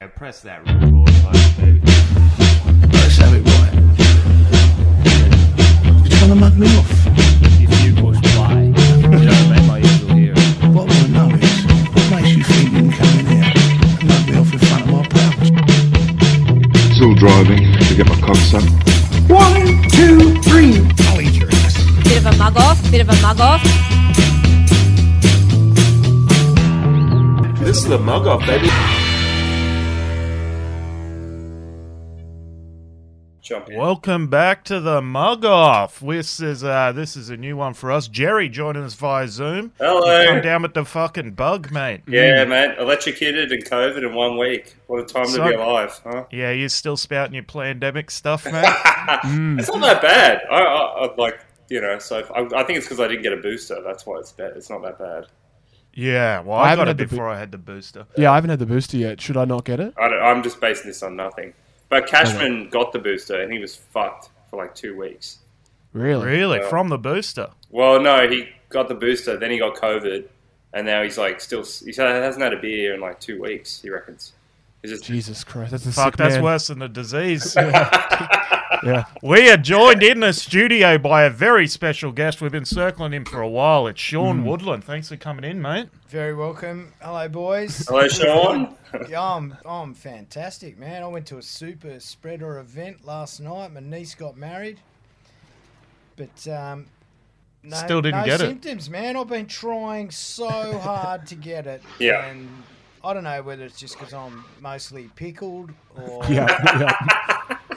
I press that record button, baby. Let's have it right. You're trying to mug me off. If you push play, you know what I mean? Like, you're still here. What I want to know is what makes you think you can come in here and mug me off in front of my pals? Still driving to get my cocks up. Bit of a mug off, bit of a mug off. This is the mug off, baby. Jump in. Welcome back to the Mug Off. This is uh, this is a new one for us. Jerry joining us via Zoom. Hello. Come down with the fucking bug, mate. Yeah, man. Electrocuted and COVID in one week. What a time to So- be alive, huh? Yeah, you're still spouting your pandemic stuff, mate. It's not that bad. I, I, I like, you know, so if- I, I think it's because I didn't get a booster. That's why it's bad. It's not that bad. yeah, well, I I, haven't got it had the bo- before I had the booster. Yeah, I haven't had the booster yet. Should I not get it? I don't, I'm just basing this on nothing. But Cashman got the booster and he was fucked for like two weeks. Really? Really, from the booster. Well, no, he got the booster, then he got COVID, and now he's like still. He hasn't had a beer in like two weeks. He reckons. He's just Jesus Christ, that's a Fuck, sick that's man. worse than the disease. Yeah. we are joined in the studio by a very special guest. We've been circling him for a while. It's Sean Mm. Woodland. Thanks for coming in, mate. Very welcome. Hello, boys. hello, Sean. Yeah, I'm, I'm fantastic, man. I went to a super spreader event last night. My niece got married. But, um, no, Still didn't no get it. symptoms, man. I've been trying so hard to get it. Yeah. And I don't know whether it's just because I'm mostly pickled or. Yeah, yeah.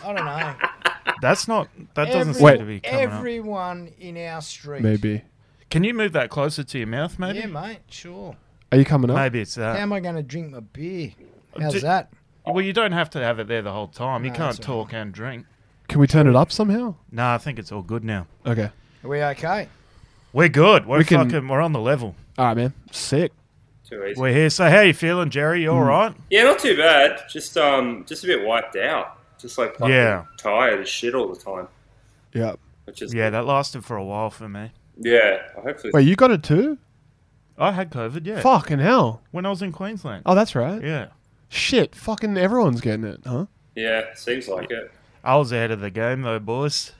I don't know. That's not. That doesn't Every- seem to be coming up. everyone in our street. Maybe. Can you move that closer to your mouth, maybe? Yeah, mate, sure. Are you coming up? Maybe it's that. How am I going to drink my beer? How's Ju- that? Well, you don't have to have it there the whole time. You No, can't that's all talk and drink. Can we turn it up somehow? No, I think it's all good now. Okay. Are we okay? We're good. We're We can- fucking. We're on the level. All right, man. Sick. Too easy. We're here. So, how you feeling, Jerry? You all right? Yeah, not too bad. Just um, just a bit wiped out. Just like fucking Yeah. tired as shit all the time. Yeah. Which is Yeah, that lasted for a while for me. yeah. Hopefully, Wait, you got it too? I had COVID. Yeah, Fucking hell. when I was in Queensland. Oh, that's right. Yeah, Shit. Fucking everyone's getting it, huh? yeah. Seems like it. I was ahead of the game though, boys.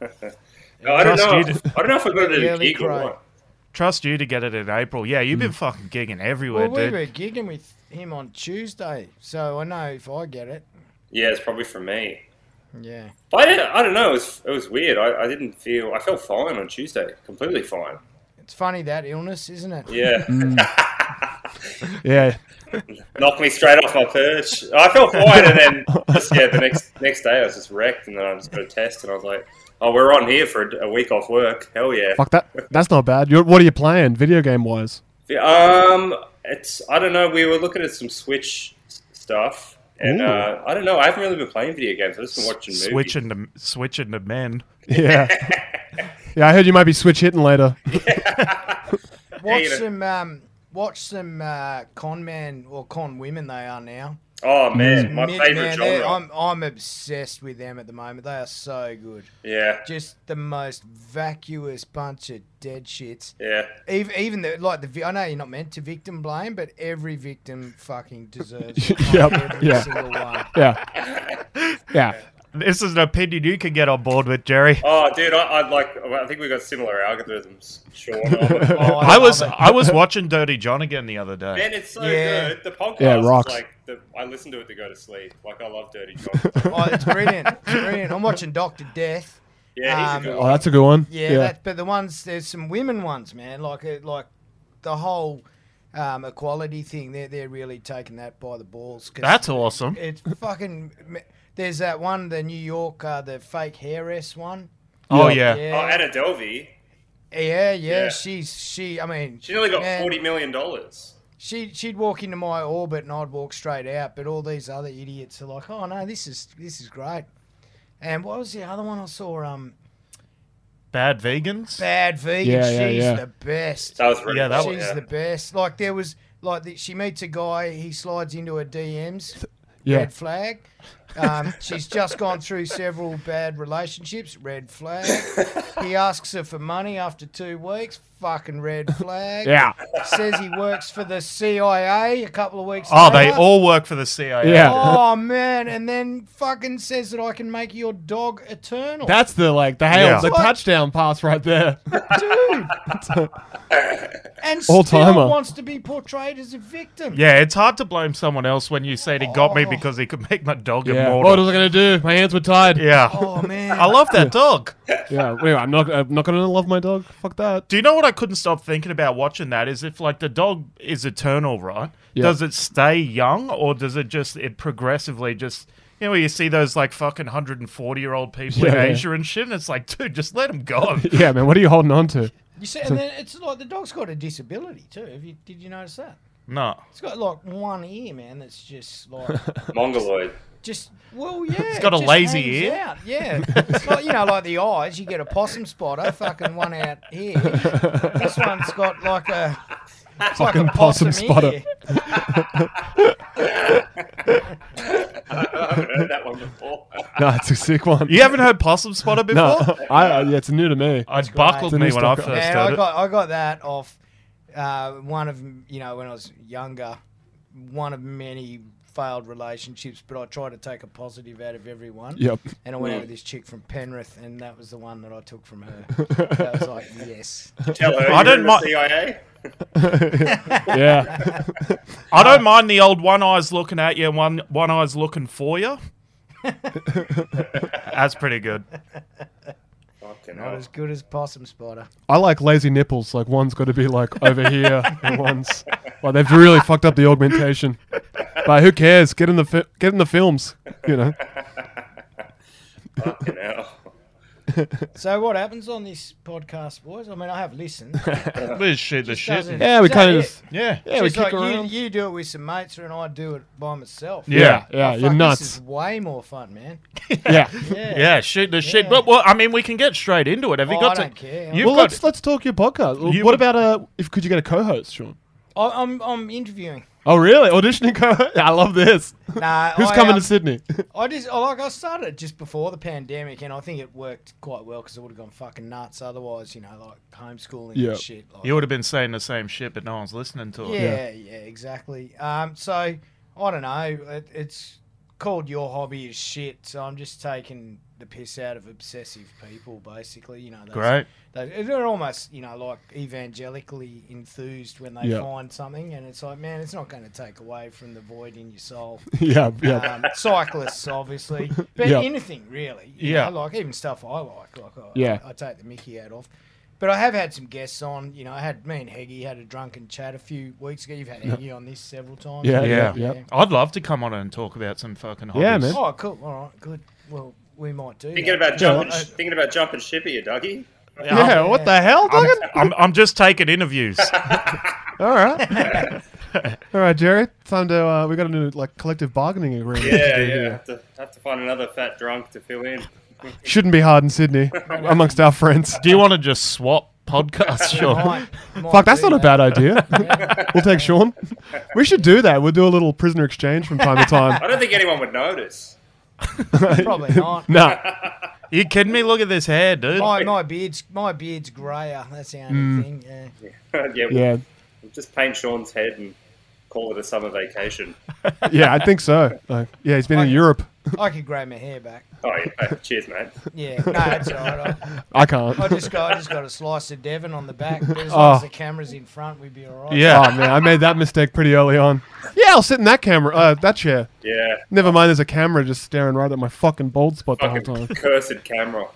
I don't Trust know. you. If, I don't know if I got it at a Really gig or cry. what. Trust you to get it in April. Yeah, you've been fucking gigging everywhere, Well, we dude. were gigging with him on Tuesday, so I know if I get it. Yeah, it's probably from me. Yeah. But I, didn't, I don't know. It was, it was weird. I, I didn't feel. I felt fine on Tuesday. Completely fine. It's funny that illness, isn't it? Yeah. Mm. Yeah. knocked me straight off my perch. I felt fine, and then just, yeah, the next next day I was just wrecked, and then I just got a test, and I was like, "Oh, we're on here for a, a week off work. Hell yeah!" Fuck that. That's not bad. You're, what are you playing, video game wise? Yeah, Um, it's I don't know. We were looking at some Switch s- stuff, and Ooh. uh, I don't know. I haven't really been playing video games. I've just been watching movies. Switching to switching to men. Yeah. yeah, I heard you might be switch hitting later. Watch you know. some um, watch some uh, con men or con women they are now. Oh Mm. man, my Mid- favorite man, um, they're- genre. I'm I'm obsessed with them at the moment. They are so good. Yeah, Just the most vacuous bunch of dead shits. yeah. Even even the like the vi- I know you're not meant to victim blame, but every victim fucking deserves it. Yep, Every yeah. single one. Yeah. Yeah. This is an opinion you can get on board with, Jerry. Oh, dude, I, I'd like. I think we got similar algorithms. Sure. man, Oh, I, love was it. I was watching Dirty John again the other day. it's so Yeah. good. The podcast Yeah, is rocks. like the, I listen to it to go to sleep. Like I love Dirty John. Oh, it's brilliant. It's brilliant. I'm watching Doctor Death. Yeah, he's Um, a good Oh, that's a good one. Yeah, That, but the ones there's some women ones, man. Like uh, like the whole um, equality thing. They're they're really taking that by the balls. 'cause That's awesome. it's fucking. There's that one, the New York, uh, the fake hairless one. Oh Yeah. yeah. Oh, Yeah, Anna Delvey. yeah, yeah, Yeah. She's she. I mean, She only got man, forty million dollars. She she'd walk into my orbit and I'd walk straight out. But all these other idiots are like, oh no, this is this is great. And what was the other one I saw? Um, Bad vegans. bad vegan. Yeah, yeah, she's yeah. the best. That was really Yeah, that cool, She's the best. Like there was like the, she meets a guy, he slides into her DMs, Yeah. red flag. Um, she's just gone through several bad relationships, red flag. he asks her for money after two weeks, fucking red flag. Yeah. Says he works for the CIA a couple of weeks Oh, they later. all work for the CIA. Yeah. Oh, man. And then fucking says that I can make your dog eternal. That's the like the hail, Yeah. the What? touchdown pass right there. Dude. and still All-timer. wants to be portrayed as a victim. Yeah, it's hard to blame someone else when you said he got me because he could make my dog Yeah. Oh, What immortal. was I gonna do? My hands were tied. yeah. Oh, man. I love that dog. Yeah. Anyway, I'm not. I'm not gonna love my dog. Fuck that. Do you know what I couldn't stop thinking about watching that? Is if like the dog is eternal, right? Yeah. Does it stay young or does it just it progressively just you know where you see those like fucking hundred and forty year old people in Yeah. Asia and shit, and it's like, dude, just let them go. Yeah, man. What are you holding on to? You see, and then it's like the dog's got a disability too. Have you, did you notice that? no, It's got like one ear, man. That's just like, Mongoloid. just well, yeah. It's got a lazy ear. Yeah, it's like you know, like the eyes. You get a possum spider, fucking one out here. This one's eh? got like a it's like a Fucking possum spotter. ear. I haven't heard that one before. No, it's a sick one. you haven't heard possum spotter before. No, I, I, yeah, it's new to me. I buckled It's a me new when I stock. first Man, heard I it. got I got that off uh, one of you know when I was younger, one of many failed relationships. But I try to take a positive out of everyone. Yep. And I went out with this chick from Penrith, and that was the one that I took from her. I was like, yes. Tell her. I I don't don't mi- CIA. Yeah. I don't mind the old one eye's looking at you and one one eye's looking for you. That's pretty good. Fucking Not hell. as good as Possum Spider. I like lazy nipples. Like one's got to be like over here, and one's. Well, they've really fucked up the augmentation. But who cares? Get in the fi- get in the films. You know. Fucking hell. So what happens on this podcast, boys? I mean, I have listened. Let's shoot the shit. doesn't- Yeah, we Is that kind it? of just. Yeah. Yeah, we She's like, kick you, around. you do it with some mates, and I do it by myself. Yeah. yeah, Oh, yeah, fuck, you're This nuts. is way more fun, man. Yeah. Yeah. Yeah, shoot the shit. Yeah. But well, I mean, we can get straight into it. Have you Oh, got I to? don't care. You've Well, got. let's let's talk your podcast. You what would- about uh? If could you get a co-host, Sean? I, I'm I'm interviewing. Oh, really? Auditioning co-host? I love this. Nah, Who's I, coming um, to Sydney? I just I- like I started just before the pandemic, and I think it worked quite well because I would have gone fucking nuts otherwise. You know, like homeschooling Yeah. and shit. Like, you would have been saying the same shit, but no one's listening to it. Yeah, yeah, exactly. Um, so I don't know. It, it's called your hobby is shit. So I'm just taking the piss out of obsessive people, basically. You know, those, Great. Those, they're almost you know like evangelically enthused when they Yeah. find something, and it's like, man, it's not going to take away from the void in your soul. yeah, yeah. Um, cyclists, obviously, but Yeah. anything really. you Yeah. know, like even stuff I like. Like I, Yeah. I, take the Mickey out of. But I have had some guests on. You know, I had me and Heggy had a drunken chat a few weeks ago. You've had Heggy on this several times. Yeah, Yeah. yeah, I'd love to come on and talk about some fucking hobbies. Yeah, man. Oh, cool. All right, good. Well, we might do. Thinking that. about jumping. sh- Thinking about jumping ship here, Dougie. Yeah, what the hell, Oh, I'm, Duggan? I'm, I'm just taking interviews. All right. All right, Jerry. Time to uh, we got a new like collective bargaining agreement. to Yeah, do yeah. here. Have to, have to find another fat drunk to fill in. Shouldn't be hard in Sydney amongst our friends. Do you want to just swap podcasts? We Sure. might- might Fuck, that's do not a that. bad idea. we'll take Sean. We should do that. We'll do a little prisoner exchange from time to time. I don't think anyone would notice. Probably not. Nah, You kidding me? Look at this hair, dude. My, my beard's my beard's grayer. That's the only Mm. thing. Yeah. yeah, yeah, We'll just paint Sean's head and call it a summer vacation. yeah, I think so. Like, yeah, he's been in Okay. Europe. I could grow my hair back. Oh yeah, cheers, mate. Yeah, no, that's all right. I- I can't. I just got I just got a slice of Devon on the back. But as Oh. long as the camera's in front, we'd be all right. Yeah. Oh man, I made that mistake pretty early on. Yeah, I'll sit in that camera, uh, that chair. Yeah, Never mind, there's a camera just staring right at my fucking bald spot the whole fucking time. cursed camera.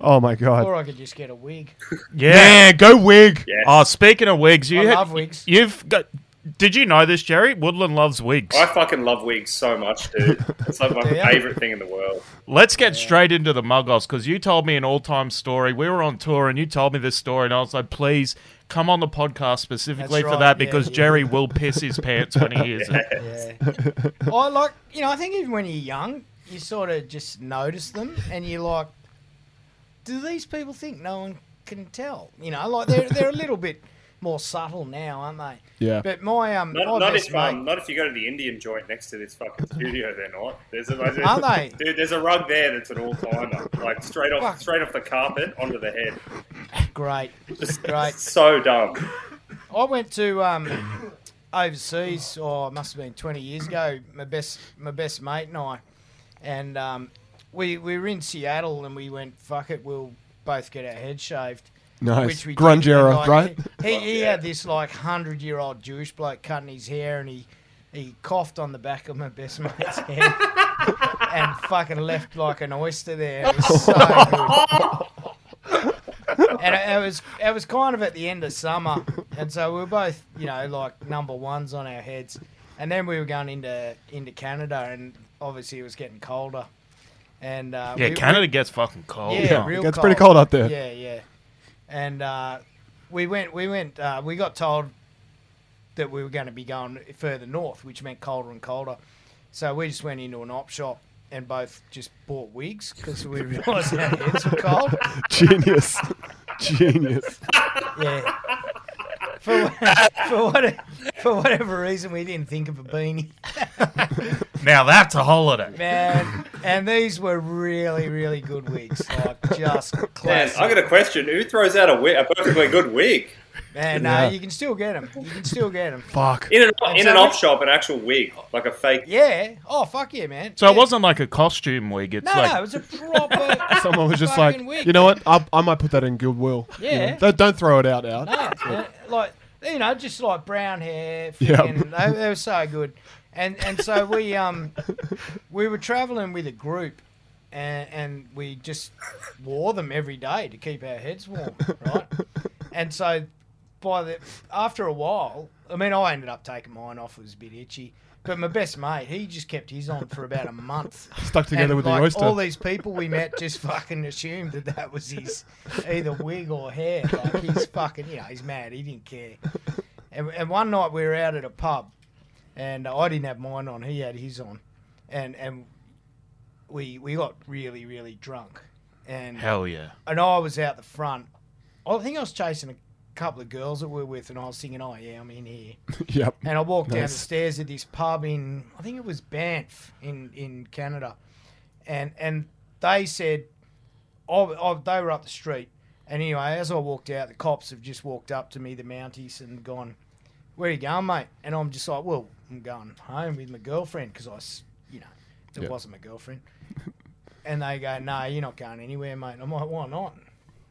Oh my god. Or I could just get a wig. Yeah. Man, go wig. Yes. Oh, speaking of wigs, you I had- love wigs. You've got. Did you know this, Jerry? Woodland loves wigs. I fucking love wigs so much, dude. It's like my Yeah. favorite thing in the world. Let's get straight into the mug offs because you told me an all time story. We were on tour and you told me this story, and I was like, please come on the podcast specifically That's for right, that yeah, because yeah. Jerry will piss his pants when he hears it. Yeah. I like you know, I think even when you're young, you sort of just notice them and you're like Do these people think no one can tell? You know, like they're they're a little bit more subtle now, aren't they? Yeah. But my um Not, my not best if um, mate not if you go to the Indian joint next to this fucking studio, they're not. There's a, there's, Are they? Dude, there's a rug there that's an all timer, like straight off Fuck. straight off the carpet onto the head. great. It's great. So dumb. I went to um, overseas, or it must have been 20 years ago. My best, my best mate and I, and um, we we were in Seattle, and we went, "Fuck it, we'll both get our heads shaved." Nice. Which we did, Grunge era, and, like, right? He, he yeah. had this like hundred year old Jewish bloke cutting his hair, and he he coughed on the back of my best mate's head, and fucking left like an oyster there. It was so good. And it, it was it was kind of at the end of summer, and so we were both you know like number ones on our heads, and then we were going into into Canada, and obviously it was getting colder, and uh, Yeah, we- Canada gets fucking cold. yeah, Yeah, it real gets pretty cold up there. Yeah, yeah. And uh, we went, we went, uh, we got told that we were going to be going further north, which meant colder and colder. So we just went into an op shop and both just bought wigs because we realised our heads were cold. Genius. Genius. Yeah. For, what- for, what, for whatever reason, we didn't think of a beanie. Now that's a holiday. Man, and these were really, really good wigs. Like, just Man, classic. I got a question. Who throws out a, wig, a perfectly good wig Man, no, Yeah. you can still get them. You can still get them. Fuck. in an in an Exactly. op shop? An actual wig, like a fake. Yeah. Oh fuck yeah, man. So yeah. it wasn't like a costume wig. It's No, like no, it was a proper. Someone was just Fucking like, weak. you know what? I, I might put that in Goodwill. You know, Yeah. Don't, don't throw it out. Out. no, man, uh, like you know, just like brown hair. Yeah. Freaking, they, they were so good, and and so we um we were traveling with a group, and and we just wore them every day to keep our heads warm, right? And so by the after a while, I mean, I ended up taking mine off. It was a bit itchy. But my best mate, he just kept his on for about a month. Stuck together And, with like, the oyster. All these people we met just fucking assumed that that was his either wig or hair. Like he's fucking, you know, he's mad. He didn't care. And, and one night we were out at a pub, and I didn't have mine on. He had his on, and and we we got really really drunk, and hell yeah. and I was out the front. I think I was chasing a couple of girls that we were with, and I was thinking, oh yeah, I'm in here. yep. And I walked down the Nice. stairs at this pub in, I think it was Banff in, in Canada. And and they said, oh, oh, they were up the street. And anyway, as I walked out, the cops have just walked up to me, the Mounties, and gone, Where you going, mate? And I'm just like, Well, I'm going home with my girlfriend because I, s- you know, it Yeah. wasn't my girlfriend. and they go, No, you're not going anywhere, mate. And I'm like, Why not?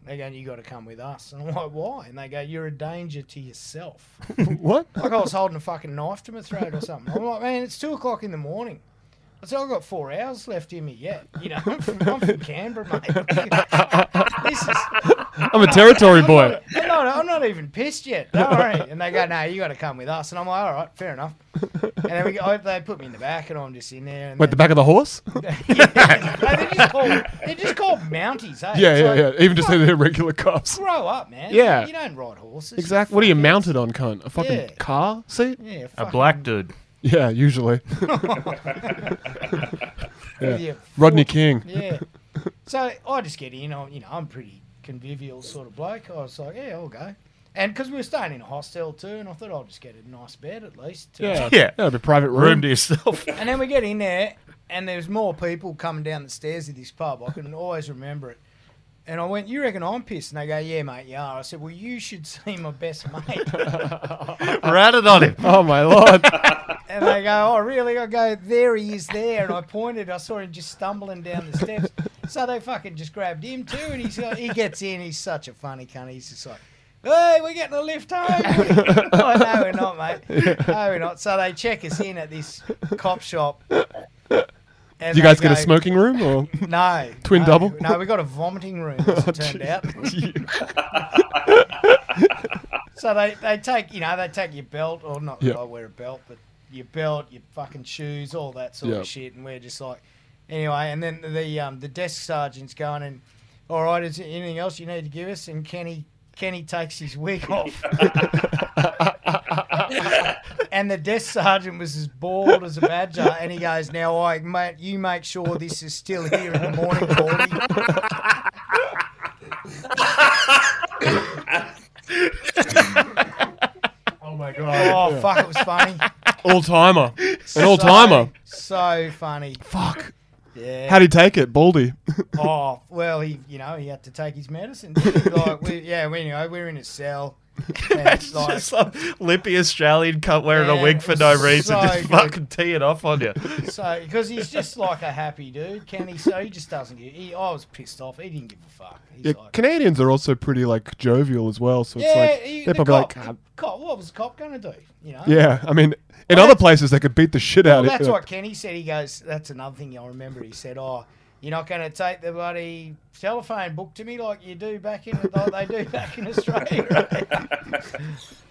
They go, You got to come with us. And I'm like, Why? And they go, You're a danger to yourself. What? Like I was holding a fucking knife to my throat or something. I'm like, man, it's two o'clock in the morning. I said, I've got four hours left in me yet. You know, I'm from, I'm from Canberra, mate. this is, I'm a territory boy. I'm not, I'm not even pissed yet. Don't worry. And they go, no, you got to come with us. And I'm like, all right, fair enough. And then we, go- they put me in the back, and I'm just in there. And Wait, the back of the horse? yeah. No, they're, just called, they're just called Mounties, eh? Yeah, It's yeah, like, yeah. Even just say they're regular cops. Grow up, man. Yeah. You don't ride horses. Exactly. What are you mounted on, cunt? A fucking Yeah. car seat? Yeah, A fucking black dude. Yeah, usually. with your Rodney King. Yeah. So I just get in. I'm, you know, I'm pretty convivial sort of bloke. I was like, yeah, I'll go. And because we were staying in a hostel too, and I thought I'll just get a nice bed at least. Yeah. That'd be a private Room room. to yourself. And then we get in there, and there's more people coming down the stairs of this pub. I can always remember it. And I went, you reckon I'm pissed? And they go, yeah, mate, you are. I said, well, you should see my best mate. Ratted on him. Oh my lord. And they go, oh, really? I go, there he is there. And I pointed, I saw him just stumbling down the steps. So they fucking just grabbed him too. And he's like, he gets in, he's such a funny cunt. He's just like, hey, we're getting a lift home. oh, no, we're not, mate. No, we're not. So they check us in at this cop shop. And Did you they guys get a go, smoking room or? No. Twin no, double? No, we got a vomiting room, as it turned out. So they, they take you know they take your belt or not Yeah. that I wear a belt but your belt your fucking shoes all that sort Yeah. of shit and we're just like anyway and then the um, the desk sergeant's going and all right is there anything else you need to give us and Kenny Kenny takes his wig off and the desk sergeant was as bald as a badger and he goes now I mate you make sure this is still here in the morning Baldy. Oh my god. oh fuck it was funny All timer. An all timer. so, so funny Fuck. Yeah. How'd he take it, Baldy? Oh well, he you know he had to take his medicine. didn't he? Like we, yeah, we, anyway, we we're in a cell. And It's like, just some lippy Australian cunt wearing Yeah, a wig for no so reason, just good. fucking teeing off on you. so because he's just like a happy dude, can he? So he just doesn't give. He, I was pissed off. He didn't give a fuck. He's Yeah, like, Canadians are also pretty like jovial as well, so it's yeah, like he, they're the probably cop, like, "Ah, cop, what was the cop going to do? You know? yeah. I mean, in Well, other that's- places they could beat the shit out Well, of that's you. what Kenny said. He goes, that's another thing I remember. He said, oh, you're not going to take the bloody telephone book to me like you do back in like they do back in Australia.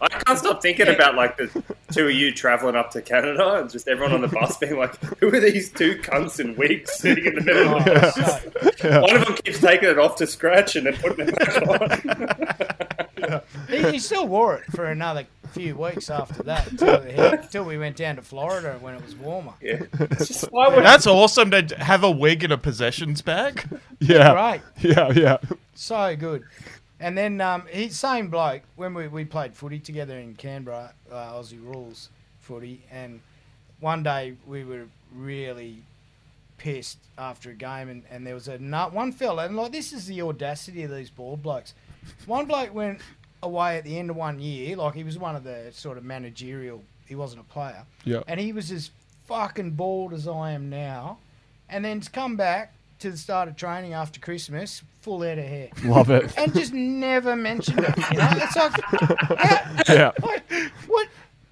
I can't stop thinking Yeah. about like the two of you traveling up to Canada and just everyone on the bus being like, "Who are these two cunts in wigs sitting in the middle?" Oh, of the bus?" so- One of them keeps taking it off to scratch and then putting it back on. he, he still wore it for another few weeks after that until, until we went down to Florida when it was warmer. Yeah. It's just, why would That's awesome to have a wig in a possessions bag. yeah, Right. yeah, yeah. So good. And then um, he same bloke when we, we played footy together in Canberra, uh, Aussie rules footy, and one day we were really pissed after a game, and, and there was a nut one fella, and like this is the audacity of these bald blokes. One bloke went away at the end of one year, like he was one of the sort of managerial. He wasn't a player. Yeah. And he was as fucking bald as I am now, and then to come back to the start of training after Christmas, full head of hair Love it. and just never mentioned it. You know, it's like, how- Yeah. like, what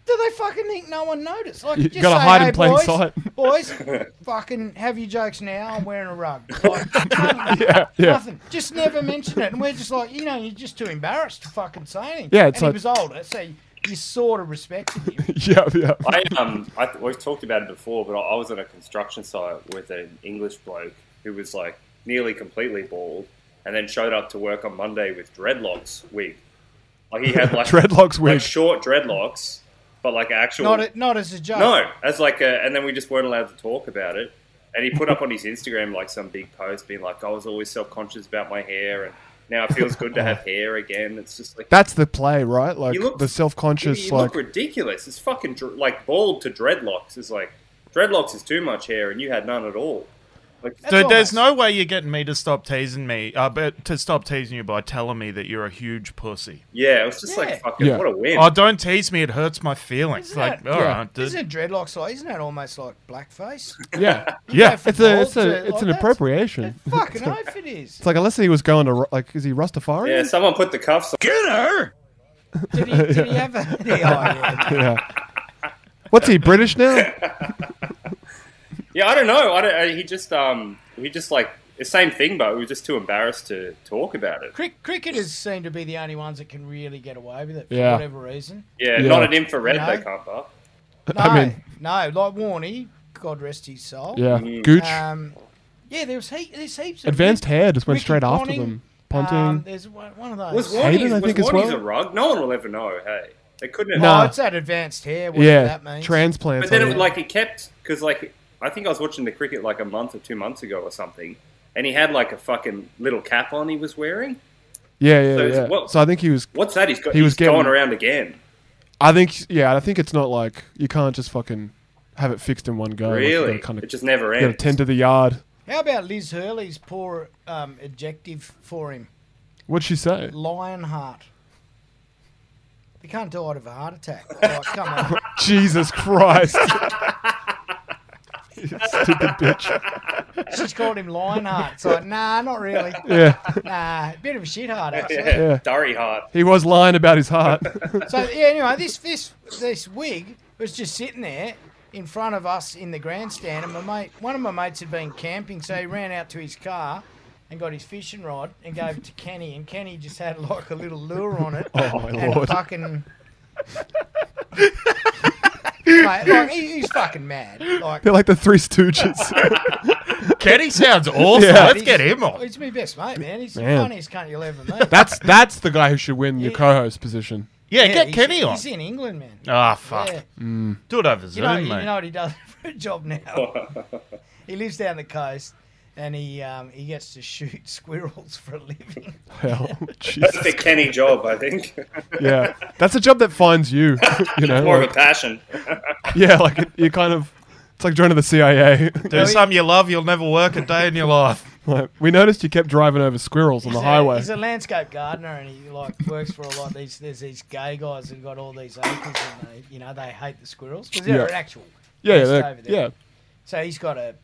do they fucking think? No one noticed. Like, You just gotta say, hide "Hey, in plain boys, sight." Boys, fucking have your jokes now. I'm wearing a rug. Like, nothing, Yeah, yeah. nothing. Just never mention it. And we're just like, you know, you're just too embarrassed to fucking say anything. Yeah, it's and like- he was older, so you, you sort of respected him. Yeah, yeah. I um I th- we've talked about it before, but I, I was on a construction site with an English bloke who was like nearly completely bald, and then showed up to work on Monday with dreadlocks wig. Like he had like Dreadlocks like wig. short dreadlocks, but like actual Not, a, not as a joke. no, as like a, and then we just weren't allowed to talk about it. And he put up on his Instagram like some big post being like, "I was always self conscious about my hair, and now it feels good to have hair again." It's just like That's the play, right? Like You look- the self-conscious, you like look ridiculous. It's fucking dr- like bald to dreadlocks. It's like dreadlocks is too much hair, and you had none at all. Like That's Dude, there's almost- no way you're getting me to stop teasing me, uh, but to stop teasing you by telling me that you're a huge pussy. yeah, it was just Yeah. like fucking Yeah. what a win. Oh, don't tease me. It hurts my feelings. Isn't like, that- all right, Yeah. dude. Isn't it dreadlocks like? Isn't that almost like blackface? yeah, yeah. Yeah, it's a, it's Bald Oh, a, to- it's an like, that's- appropriation. fucking oath it is. It's like unless he was going to Ru- like, is he Rastafarian? yeah, someone put the cuffs on. Did he, did he have a? Yeah, oh, yeah. yeah. What's he British now? Yeah, I don't know. I don't, I- he just um he just like the same thing, but we were just too embarrassed to talk about it. Crick- cricketers seem to be the only ones that can really get away with it for Yeah. whatever reason. Yeah, Yeah. not an infrared No. they can't buff. No, I mean- no, like Warney, God rest his soul. Yeah, Mm. Gooch. Um, yeah, there was he- there's heaps of Advanced head just went Ricky straight after Ponting, them. um, Ponting. there's one, one of those. Was Hayden, Warnie's, I was think, as Warnie's well. a rug? No one will ever know. Hey, they couldn't. have Oh, Nah. it's that advanced hair. Whatever yeah, that means. transplants. But then I it mean. like it kept because like I think I was watching the cricket like a month or two months ago or something, and he had like a fucking little cap on he was wearing. yeah, yeah, so it's- yeah. well- so I think he was. What's that? He's got. He was he's going getting- Oh, around again. I think yeah. I think it's not like you can't just fucking have it fixed in one go. Like, you Really, gotta kind of it just never you gotta ends. tend to the yard. How about Liz Hurley's poor um, adjective for him? What'd she say? Lionheart. He can't die of a heart attack. Like, come on. Jesus Christ. You Stupid bitch. She's called him Lionheart. It's like, nah, not really. Yeah, Nah, bit of a shithard, actually. yeah, Yeah. Durry heart. he was lying about his heart. So yeah, anyway, this this this wig was just sitting there in front of us in the grandstand, and my mate, one of my mates had been camping, so he ran out to his car and got his fishing rod and gave it to Kenny, and Kenny just had like a little lure on it Oh my and lord. fucking. Mate, like, he, he's fucking mad. Like, They're like the Three Stooges. Kenny sounds awesome. Yeah. Let's get him on. he's my best mate, man. He's Man. the funniest cunt you'll ever meet. that's that's the guy who should win your Yeah. co-host position. Yeah, get he's- Kenny on. He's in England, man. Ah, fuck. Yeah. Do it over You Zoom, know, you mate. know what he does for a job now? he lives down the coast, and he um, he gets to shoot squirrels for a living. Hell, That's Jesus. the Kenny job, I think. Yeah, that's a job that finds you. You know, More like- of a passion. yeah, like it, you kind of. It's like joining the CIA. Do something you love, you'll never work a day in your life. Like, we noticed you kept driving over squirrels on the he's a- highway. he's a landscape gardener, and he like works for a lot. These there's these gay guys who got all these acres, and they you know they hate the squirrels because they're Yeah. an actual. yeah, beast they're- over there. yeah. So he's got a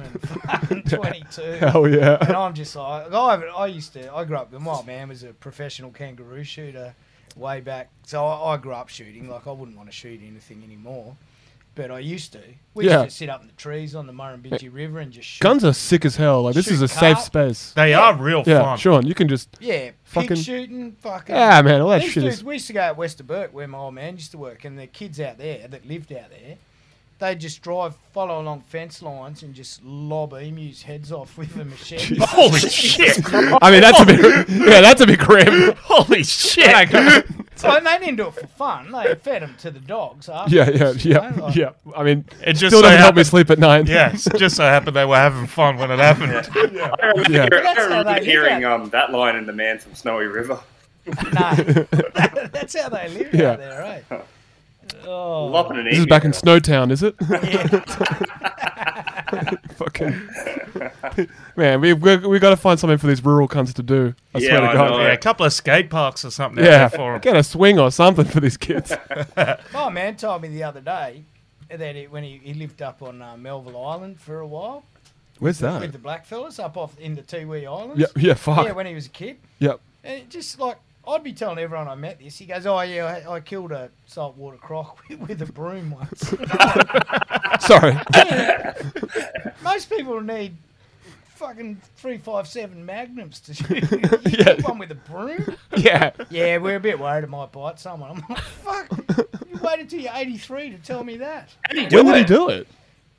and fucking twenty two. Hell And yeah. I'm just like, I, haven't- I used to, I grew up, and my man was a professional kangaroo shooter way back. So I, I grew up shooting. Like, I wouldn't want to shoot anything anymore. But I used to. We Yeah. used to sit up in the trees on the Murrumbidgee River and just shoot. Guns are sick as hell. Like this is Shoot a carp. safe space. They Yeah. are real Yeah, fun. Sean, you can just. Yeah, Fucking- pig shooting, fucking. Yeah, man, all that These shit dudes, is. we used to go out west of Burke where my old man used to work, and the kids out there that lived out there, they'd just drive, follow along fence lines, and just lob emus' heads off with a machete. Holy shit! I mean, that's a bit. Yeah, that's a bit grim. Holy shit! so, and they didn't do it for fun. They fed them to the dogs. after. Yeah, yeah, you know, yeah, like- yeah. I mean, It just still so doesn't help me happened- sleep at night. Yes, just so happened they were having fun when it happened. I remember, Yeah. I That's how remember they live hearing out um, that line in The Man from Snowy River. No, that's how they live Yeah. out there, right? Oh, Lopping an This is emu back in out. Snowtown, is it? Fucking man, we we we got to find something for these rural cunts to do. I Yeah, swear to I God. know. Oh, Yeah, a couple of skate parks or something. Yeah, Yeah, for 'em. get a swing or something for these kids. my man told me the other day that he, when he, he lived up on uh, Melville Island for a while Where's with the blackfellas up off in the Tiwi Islands. Yeah, yeah, fuck. Yeah, when he was a kid, yep. and it just like I'd be telling everyone I met this, he goes, "Oh yeah, I, I killed a saltwater croc with, with a broom once." Sorry. Most people need fucking three five seven magnums to shoot. You yeah. one with a broom. yeah. Yeah, we're a bit worried it might bite someone. I'm like, fuck, you waited till you're 83 to tell me that. When did he do it?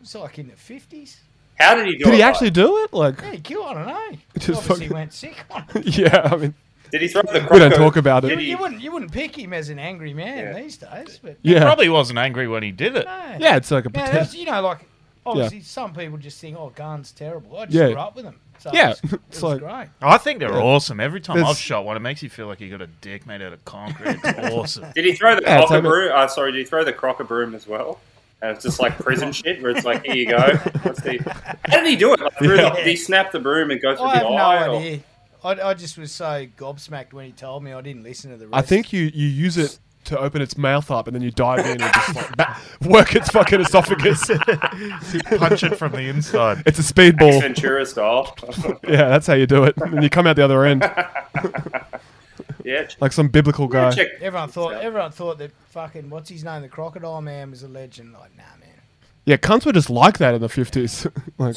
It's like in the 50s. How did he do Did it? he like? actually do it? Like, Yeah, he killed, I don't know. Just Obviously fucking- went sick on it. yeah. I mean, Did he throw the croco? we don't talk about Did it. he- You wouldn't, you wouldn't pick him as an angry man Yeah. these days, but Yeah. Probably wasn't angry when he did it. no. Yeah, it's like a Now, potential. that's, you know, like, obviously some people just think, oh, guns terrible. I just Yeah. grew up with them. So Yeah, It it's was, it was like- great. I think they're awesome. Every time There's- I've shot one, it makes you feel like you got a dick made out of concrete. It's awesome. Did he throw the Yeah, yeah, it's over. cockabroom? Uh, sorry, did he throw the cockabroom as well? And it's just like prison shit, where it's like, here you go. What's the, how did he do it? Like, through the, did he snap the broom and go through I have the no eye? or- idea. I, I just was so gobsmacked when he told me I didn't listen to the I rest. think you, you use it to open its mouth up and then you dive in and just like ba- work its fucking esophagus. Punch it from the inside. It's a speedball. Ventura style. Yeah, that's how you do it. And you come out the other end yeah. like some biblical guy. uh, Check. Everyone thought everyone thought that fucking what's his name, the crocodile man was a legend. Like, nah man. Yeah, cunts were just like that in the 50s. like,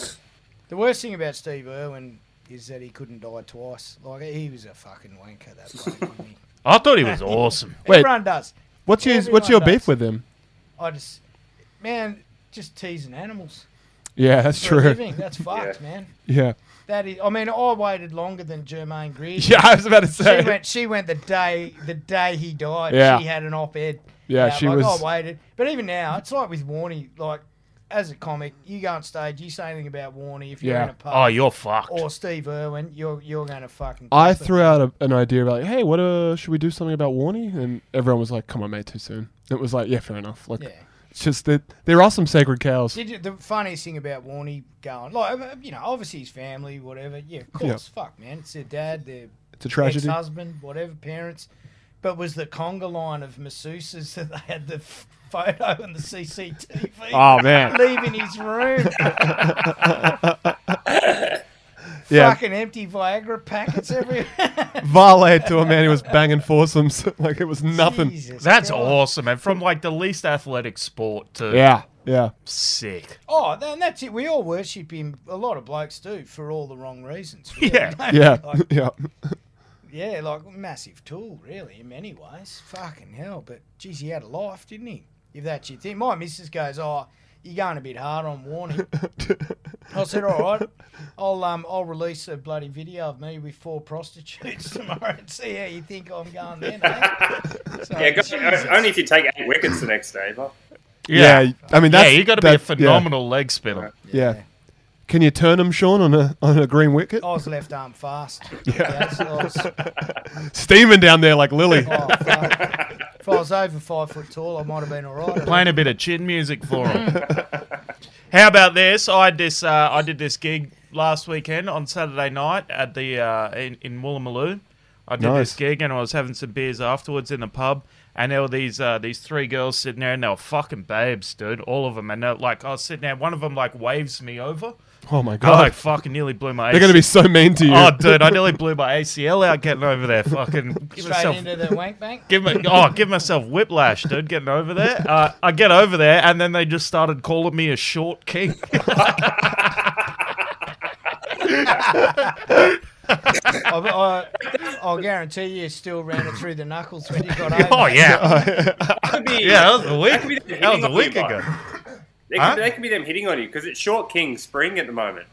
The worst thing about Steve Irwin is that he couldn't die twice. Like he was a fucking wanker that bloke, wasn't he? I thought he was awesome. Wait. Everyone does. what's your Everyone what's your does. beef with them? I just man, just teasing animals. Yeah, that's For a true. living. That's fucked, man. Yeah. That is I mean, I waited longer than Jermaine Greer. Yeah, I was about to She say. went. She went the day the day he died. Yeah. She had an op-ed. Yeah, she like, was- I waited, but even now, it's like with Warney. Like as a comic, you go on stage, you say anything about Warney if you're Yeah. in a pub Oh, you're fucked. or Steve Irwin, you're you're going to fucking. I kill threw out a, an idea about, like, hey, what uh, should we do something about Warney? And everyone was like, come on, mate, too soon. It was like, yeah, fair enough. Like, them. Yeah. it's just that there are some sacred cows. Did you, the funniest thing about Warney going like uh, you know obviously his family whatever yeah of course fuck man it's their dad their It's a tragedy. ex-husband whatever parents, but was the conga line of masseuses that they had the f- photo and the CCTV. Oh, man. leaving his room. Yeah. Fucking empty Viagra packets everywhere. valet to a man who was banging foursomes. like it was nothing. Jesus That's Christ. awesome. And from like the least athletic sport to Yeah, yeah, sick. Oh, then that's it. We all worship him. A lot of blokes do for all the wrong reasons. Yeah. Really, yeah, don't we? Like, yeah. yeah, like massive tool, really, in many ways. Fucking hell. But, geez, he had a life, didn't he? If that's your thing. My missus goes, oh, you're going a bit hard on warning. I said, all right, I'll um, I'll release a bloody video of me with four prostitutes tomorrow and see how you think I'm going then. eh? So, Yeah, go, Jesus. only if you take eight wickets the next day, but Yeah, I mean, that's yeah, you got to be that- a phenomenal leg spinner. Yeah, yeah. Can you turn him, Sean, on a on a green wicket? I was left arm fast. Yeah. so I was, Steaming down there like Lily. oh, fuck. If I was over five foot tall, I might have been all right. Playing a bit of chin music for him. How about this? I had this. Uh, I did this gig last weekend on Saturday night at the uh, in in Woolloomooloo. I did Nice. this gig and I was having some beers afterwards in the pub. And there were these uh, these three girls sitting there, and they were fucking babes, dude. All of them, and they're like, I was sitting there. One of them like waves me over. Oh my I like god, fucking nearly blew my. they're gonna be so mean to you. Oh, dude, I nearly blew my ACL out getting over there. Fucking give Straight myself into the wank bank. Give me, oh, give myself whiplash, dude. Getting over there, uh, I get over there, and then they just started calling me a short king. I, I, I'll guarantee you still ran it through the knuckles when you got over. oh yeah, Could be, yeah, that was a could be week. them hitting That was a on week you, ago. Mark. They could, Huh? they could be them hitting on you because it's short king spring at the moment.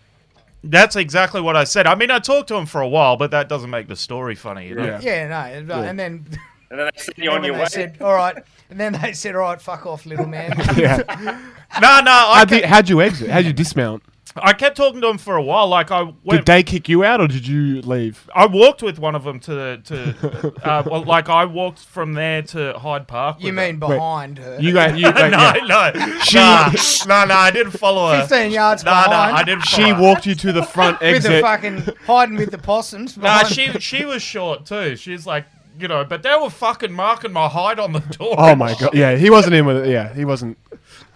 That's exactly what I said. I mean, I talked to him for a while, but that doesn't make the story funny. You know? Yeah. Yeah, no. it- And then, And then they send you then on when your they way. said, all right. And then they said, all right, fuck off, little man. No, no, I, how'd, the- how'd you exit? How'd you dismount? I kept talking to him for a while. Like I Did went, they kick you out or did you leave? I walked with one of them to to, uh, well, like I walked from there to Hyde Park. You with mean them. behind her? You go. You, no, like, yeah. no, nah, no, no, I didn't follow her. 15 yards No, no, behind. I didn't. She follow her. walked you to the front with the exit. fucking hiding with the possums. Nah, behind- she she was short too. She's like, you know, but they were fucking marking my height on the door. Oh my god. Yeah, he wasn't in with it. Yeah, he wasn't.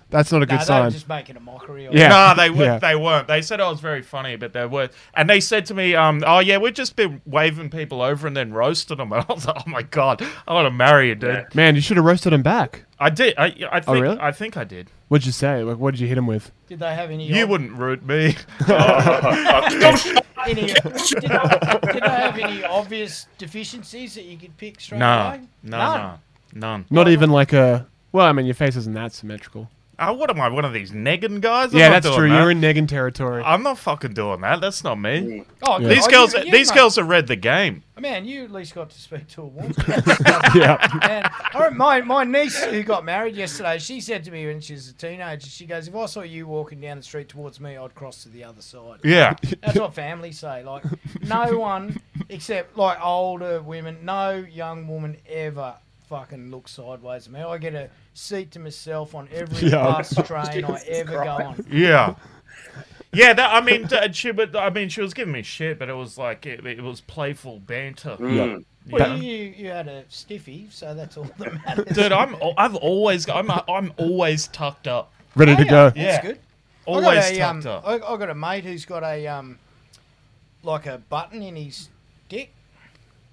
That's not a Nah, good they were sign. just making a mockery. Of Yeah. it. No, they weren't. Yeah. They weren't. They said I was very funny, but they weren't. And they said to me, um, "Oh yeah, we've just been waving people over and then roasting them." And I was like, "Oh my god, I want to marry you, dude." Yeah. Man, you should have roasted him back. I did. I, I think. Oh, really? I think I did. What'd you say? Like, what did you hit him with? Did they have any? You ob- wouldn't root me. Any, did, they, did they have any obvious deficiencies that you could pick straight no, away? no, None. no, none. Not even like a. Well, I mean, your face isn't that symmetrical. Oh, what am I? One of these negging guys? I'm yeah, not that's doing true. that. You're in Negan territory. I'm not fucking doing that. That's not me. Yeah. Oh, God, These you- girls. you, these mate. girls have read the game. Man, you at least got to speak to a woman. yeah. Man, I rem- my, my niece who got married yesterday, she said to me when she was a teenager, she goes, if I saw you walking down the street towards me, I'd cross to the other side. Yeah. That's what families say. Like, no one except like older women, no young woman ever fucking looks sideways at me. I get a seat to myself on every Yeah. bus train I ever go on. Yeah. Yeah, that, I mean, uh, she, but I mean, she was giving me shit, but it was like it, it was playful banter. Mm. Well, you, you, you had a stiffy, so that's all that matters. Dude, I'm al- I've always I'm I'm always tucked up, Ready to go. That's Yeah. good. I got always a, um, tucked up. I, I got a mate who's got a um, like a button in his dick,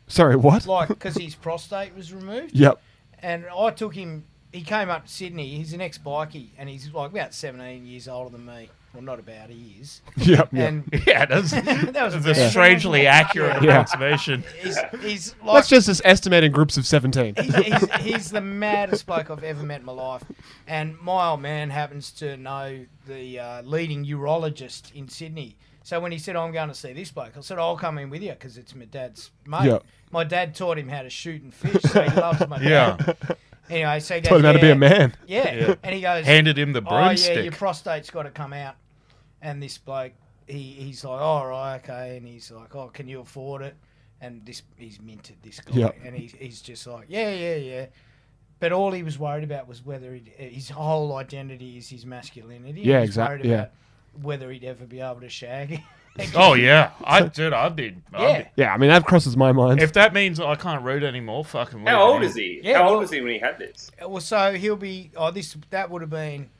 Sorry, what? like because his prostate was removed. Yep. And I took him. He came up to Sydney. He's an ex-bikie, and he's like about 17 years older than me. Well, not about he is. Yep. yep. And yeah, that's, that's that was a a bad- strangely accurate Yeah. approximation. He's, he's like That's just us estimating groups of 17. he's, he's, he's the maddest bloke I've ever met in my life. And my old man happens to know the uh, leading urologist in Sydney. So when he said, I'm going to see this bloke, I said, I'll come in with you because it's my dad's mate. Yeah. My dad taught him how to shoot and fish, so he loves my Yeah, dad. Anyway, so he goes, Taught him how to be "Yeah." a man. Yeah. Yeah. And he goes, handed him the Oh, yeah, your broomstick. prostate's got to come out. And this bloke, he, he's like, all right, okay. And he's like, oh, can you afford it? And this, he's minted this guy. Yeah. And he's, he's just like, yeah, yeah, yeah. But all he was worried about was whether he'd, his whole identity is his masculinity. Yeah, He's exact- worried yeah. about Whether he'd ever be able to shag. oh yeah, I dude, I'd be. I'd yeah. Yeah, I mean, that crosses my mind. be- if that means I can't root anymore, fucking. what How do you old mean? is he? Yeah, How well- old was he when he had this? Well, so he'll be. Oh, this that would have been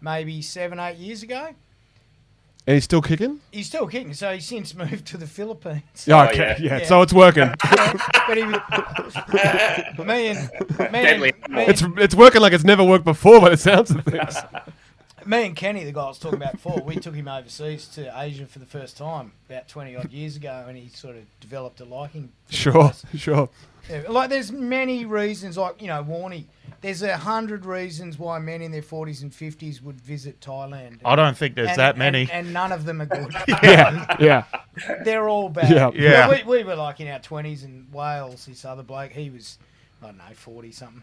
maybe seven, eight years ago. and he's still kicking? He's still kicking, so he's since moved to the Philippines. Yeah, Oh, okay. Yeah. yeah. so it's working. But he was, uh, me and me Deadly and, me, animal. and, it's it's working like it's never worked before, but it sounds of things. me and Kenny, the guy I was talking about before, we took him overseas to Asia for the first time about twenty odd years ago, and he sort of developed a liking. for the Sure, place. sure. Yeah, like there's many reasons, like you know, Warney. There's a hundred reasons why men in their forties and fifties would visit Thailand. I don't think there's And- that and- many. and, none of them are good. Yeah, yeah. They're all bad. Yeah. Yeah. But We, we were like in our twenties in Wales. This other bloke, he was, I don't know, forty something.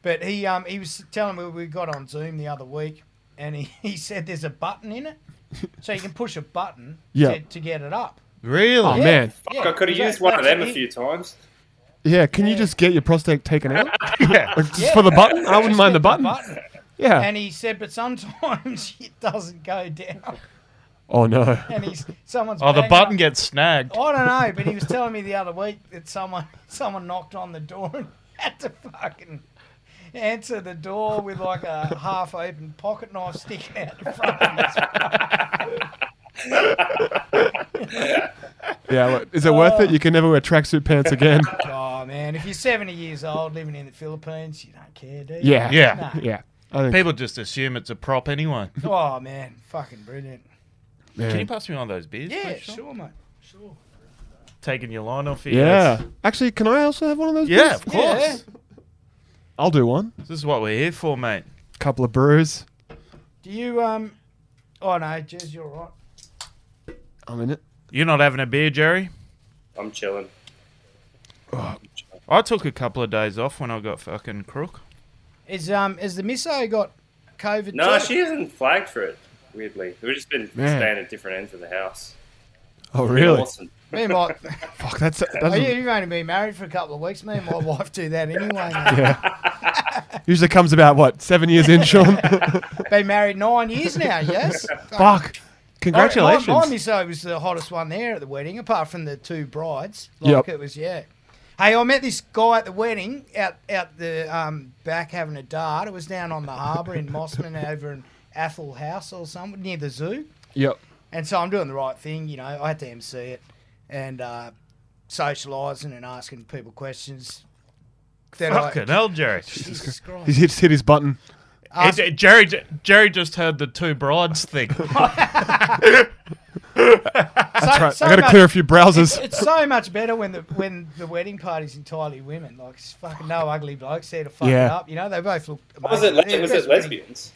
But he um he was telling me we got on Zoom the other week, and he, he said there's a button in it, so you can push a button Yeah. to, to get it up. really? Oh, man. Fuck, I could have used one of them a few times. Yeah, can you just get your prostate taken out? yeah. Just for the button? I wouldn't mind the button. Yeah. And he said, but sometimes it doesn't go down. oh no. And uh, he's someone's. Oh, the banging button on- gets snagged. I don't know, but he was telling me the other week that someone someone knocked on the door and had to fucking answer the door with like a half open pocket knife sticking out the front of his Yeah. look, Is it worth it? You can never wear tracksuit pants again. Oh man, if you're 70 years old living in the Philippines, you don't care, do you? Yeah. Yeah. oh, Nah. Yeah. I think. People just assume it's a prop anyway. Oh man, fucking brilliant. Can you man. pass me one of those beers? Yeah, mate? sure, mate. Sure. Taking your line off your Yeah. ass. Actually, can I also have one of those? Yeah, of please? course. I'll do one. This is what we're here for, mate. Couple of brews. Do you um? Oh no, Jez, you're right. I'm in it. You're not having a beer, Jerry? I'm chilling. I took a couple of days off when I got fucking crook. Is um, is the misso got COVID? No, too? she hasn't flagged for it. Weirdly, we've just been Man. staying at different ends of the house. Oh Been really? Awesome. Me and my, Fuck. That's. uh, oh, that's you, you've only been married for a couple of weeks. Me and my wife do that anyway. mate. Usually comes about what seven years in, Sean. Been married nine years now. Yes. Fuck. Congratulations. My, my, my miso was the hottest one there at the wedding, apart from the two brides. Like Yep. it was, yeah. Hey, I met this guy at the wedding out out the um, back having a dart. It was down on the harbour in Mossman over in Athol House or something near the zoo. Yep. And so I'm doing the right thing, you know. I had to MC it and uh, socialising and asking people questions. That Fucking hell, Jerry. Jesus He Christ. Uh, just hit his button. Ask- Hey, Jerry, Jerry just heard the two brides thing. so, Right. so I got to much- clear a few browsers. It's so much better when the when the wedding party's entirely women. Like it's fucking no ugly blokes there to fuck it Yeah. up. You know, they both look. Amazing. Was it? They're Was just- it lesbians?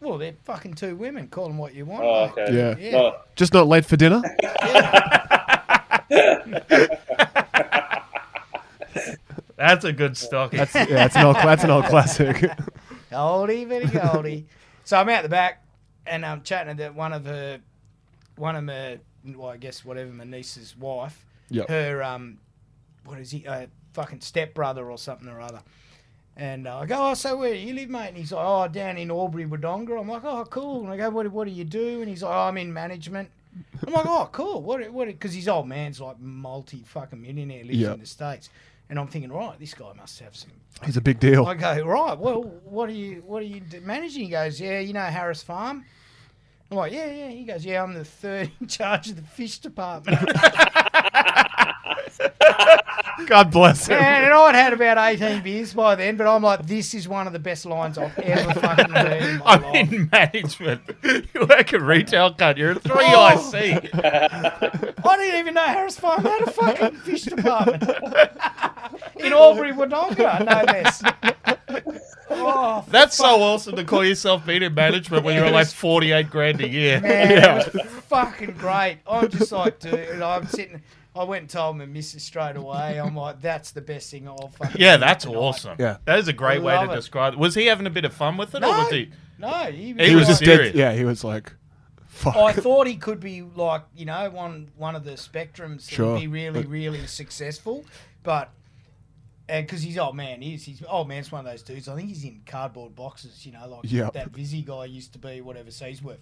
Well, they're fucking two women. Call them what you want. Oh, mate. okay. Yeah. Yeah. No, Just not late for dinner. That's a good stocking. That's yeah. That's an old. That's an old classic. Goldie, bitty Goldie. so I'm out the back, and I'm chatting to that one of her, one of her, well, I guess whatever my niece's wife. Yep. Her um, what is he? Uh, fucking stepbrother or something or other. And uh, I go, oh, so where do you live, mate? And he's like, oh, down in Albury, Wodonga. I'm like, oh, cool. And I go, what, what do you do? And he's like, oh, I'm in management. I'm like, oh, cool. What? What? Because his old man's like multi fucking millionaire, lives Yep. in the states. And I'm thinking, right, this guy must have some He's a big deal. I go, right. Well, what are you what are you d- managing? He goes, yeah, you know Harris Farm. I'm like, yeah, yeah. He goes, yeah, I'm the third in charge of the fish department. God bless him. Man, and I'd had about 18 beers by then, but I'm like, this is one of the best lines I've ever fucking heard in my I'm life. in management. You work in retail, cunt. You're a 3 Oh. IC. I didn't even know Harris Farm had a fucking fish department in Albury, Wodonga, no less. Oh, That's so awesome to call yourself being in management when you're on like 48 grand a year. Man, it was fucking great. I'm just like, dude, and I'm sitting. I went and told my missus straight away. I'm like, that's the best thing I'll fucking. Yeah, do that's tonight." awesome. Yeah. That is a great way Love to it. describe it. Was he having a bit of fun with it or No, was he no, he was, He He was like- just Serious. dead. Yeah. He was like, fuck. I thought he could be like, you know, one one of the spectrums. Sure. Sure. Be really, really successful, but. And because he's old man, he is he's old man's one of those dudes. I think he's in cardboard boxes, you know, like Yep. that Vizzy guy used to be, whatever. So he's worth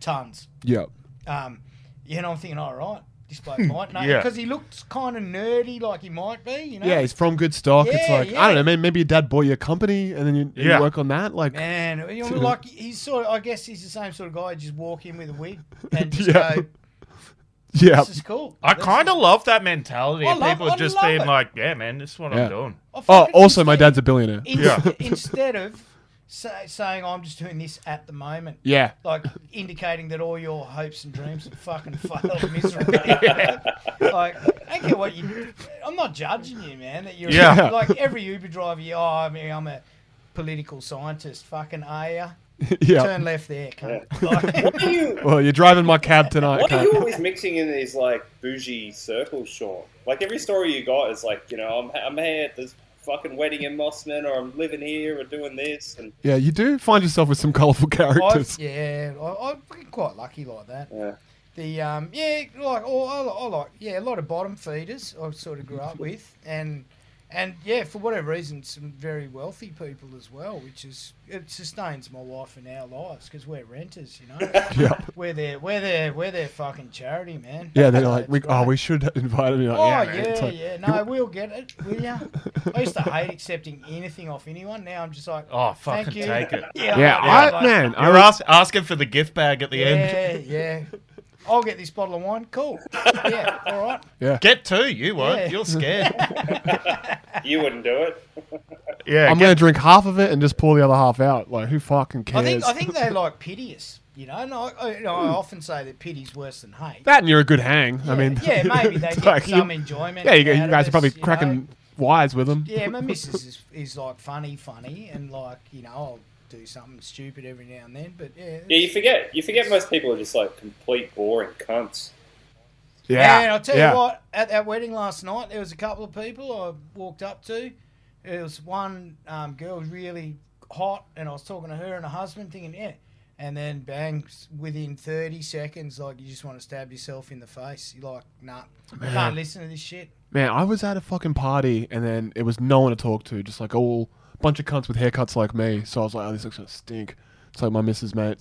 tons. yeah. Um, yeah, and I'm thinking, all right, this Hmm, bloke might know Yeah. because he looks kind of nerdy, like he might be, you know. Yeah, he's from good stock. it's Yeah, like yeah. I don't know. Maybe, maybe your dad bought you a company, and then you, you Yeah. work on that. Like, man, you know, Dude. like he's sort of. I guess he's the same sort of guy. Just walk in with a wig and just Yeah. go, yeah, "This is cool." I This kind of love that mentality I of love- people I just love being it. like, yeah, man, this is what Yeah. I'm doing. I Oh, fucking also, my understand. dad's a billionaire. In- Yeah. instead of say, saying, "I'm just doing this at the moment," Yeah. like indicating that all your hopes and dreams have fucking failed miserably. Like, I don't care what you. I'm not judging you, man. That you're Yeah. like every Uber driver. You, oh, I mean, I'm a political scientist. Fucking are ya? yeah. Turn left there. cunt. Like, What are you? Well, you're driving my cab tonight. Why are you cunt. always mixing in these like bougie circles, Sean? Like every story you got is like, you know, I'm I'm here at this fucking wedding in Mossman, or I'm living here, or doing this, and Yeah, you do find yourself with some colourful I've, characters. yeah, I, I'm fucking quite lucky like that. yeah. The um, yeah, like all I, I like yeah, a lot of bottom feeders I sort of grew up with, and and yeah, for whatever reason, some very wealthy people as well, which is it sustains my wife and our lives because we're renters, you know. Yeah. we're their we're their we're their fucking charity, man. Yeah, they're So like, it's we, oh, great. we should invite him. You're Oh Like, yeah, man. It's yeah, like, you- No, we'll get it. Will ya? I used to hate accepting anything off anyone. Now I'm just like, Oh, thank fucking you. take it. Yeah, Yeah, I know, I, like, man, I You're was- ask, asking for the gift bag at the end. Yeah, yeah. I'll get this bottle of wine. Cool. Yeah, all right. Get two, you won't. Yeah. You're scared. You wouldn't do it. yeah, I'm get- gonna drink half of it and just pour the other half out. Like, who fucking cares? I think I think they like pity us, you know. And I, I, you know, I often say that pity's worse than hate. that and you're a good hang. I mean, yeah, maybe they it's get like, some you- enjoyment. Yeah, you, go- out you of guys us, are probably you know. cracking wires with them. Yeah, my missus is, is like funny, funny, and like you know, I'll do something stupid every now and then. But yeah, Yeah, you forget. You forget most people are just like complete boring cunts. yeah. And I'll tell yeah. you what, at that wedding last night, there was a couple of people I walked up to. It was one um, girl was really hot, and I was talking to her and her husband, thinking, yeah. And then bang, s- within 30 seconds, like, you just want to stab yourself in the face. You're like, nah, I can't listen to this shit. Man, I was at a fucking party and then it was no one to talk to, just like all bunch of cunts with haircuts like me. So I was like, oh, this looks gonna stink. It's like my missus mate.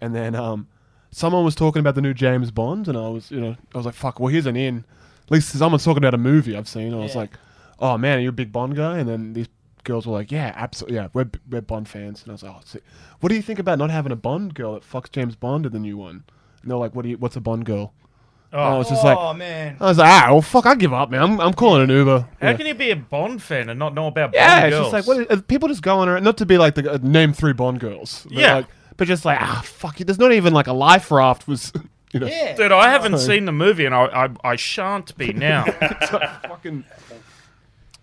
And then um, someone was talking about the new James Bond, and I was, you know, I was like, fuck. Well, here's an in. At least someone's talking about a movie I've seen. And I was Yeah. like, oh man, are you a big Bond guy? And then these girls were like, yeah, absolutely, yeah, we're, we're Bond fans. And I was like, oh, sick. what do you think about not having a Bond girl that fucks James Bond in the new one? And they're like, what do you? What's a Bond girl? Oh, and I was just like, oh, man. I was like, ah, well, fuck, I give up, man. I'm, I'm calling an Uber. How Yeah, can you be a Bond fan and not know about yeah Bond it's girls? just like, what is, uh, people just going around, not to be like the uh, name three Bond girls. But Yeah. Like, but just like, ah, fuck it. There's not even like a life raft was, you know. Yeah. Dude, I haven't seen the movie and I, I, I shan't be now. it's like fucking.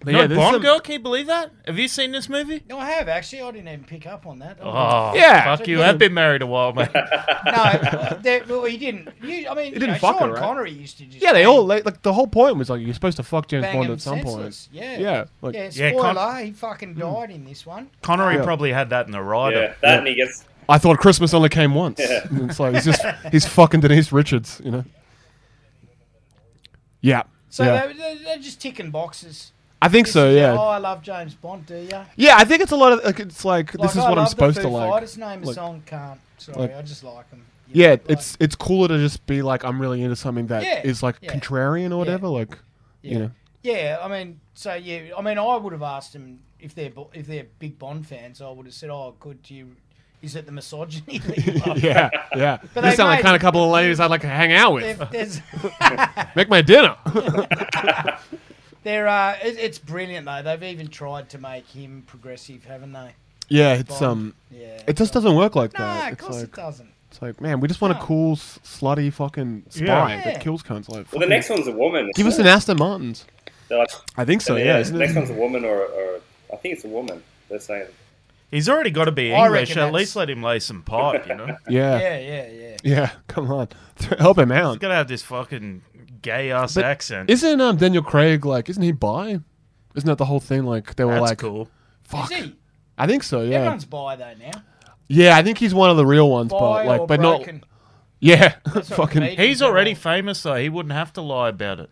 But no there's Bond some- girl, can you believe that? Have you seen this movie? No, I have, actually. I didn't even pick up on that. Oh, Yeah. fuck you. I've been married a while, mate. No, that, well, he didn't. You, I mean, you didn't know, fuck Sean her, right? Connery used to just. Yeah, they bang- all, like, like, the whole point was like, you're supposed to fuck James bang Bond him at some senseless. point. Yeah. Yeah. Hmm. Like, yeah, Yeah, spoiler, Con- he fucking died in this one. Connery Yeah. probably had that in the Yeah, rider. that and he gets I thought Christmas only came once. And it's like, he's just, he's fucking Denise Richards, you know? Yeah. So yeah. they, they, they're just ticking boxes. I think This so, is- yeah. Oh, I love James Bond, do you? Like, Yeah, I think it's a lot of like, it's like, this is I what I'm love the supposed Foo to like. Fighters' name is Like- on can't. Sorry, like- I just like him. Yeah, it's it's cooler to just be like I'm really into something that is Yeah, like yeah. contrarian or whatever. Like, Yeah. you know, Yeah, I mean, so yeah, I mean, I would have asked him if they're Bo- if they're big Bond fans. I would have said, "Oh, good, do you? Is it the misogyny?" that you love?" yeah, yeah. Oh. But you they sound like made- kind of couple of ladies I'd like to hang out with. There- There's, Make my dinner. there are. It, it's brilliant though. They've even tried to make him progressive, haven't they? yeah, it's Bond. um, Yeah. it just doesn't work like No, that. of it's course like it doesn't. it's like man, we just want No. a cool s- slutty fucking spy Yeah. Yeah. that kills cunts. Like, Well, the next one's a woman. give us an Aston Martin's. They're like, I think so. yeah, Yeah, the isn't next it? one's a woman, or, or I think it's a woman. They're saying He's already got to be I English. reckon At that's- least let him lay some pipe, you know? He's yeah. yeah, Yeah, yeah, yeah. Come on, help him out. got to have this fucking gay ass But accent. Isn't um Daniel Craig like? Isn't he bi? Isn't that the whole thing? Like they were That's like, cool. fuck. Is he? I think so. Yeah. Everyone's bi though now. Yeah, I think he's one of the real ones, Bi but like, or but not. broken. Yeah, what fucking. comedians He's are already like. famous, though. He wouldn't have to lie about it.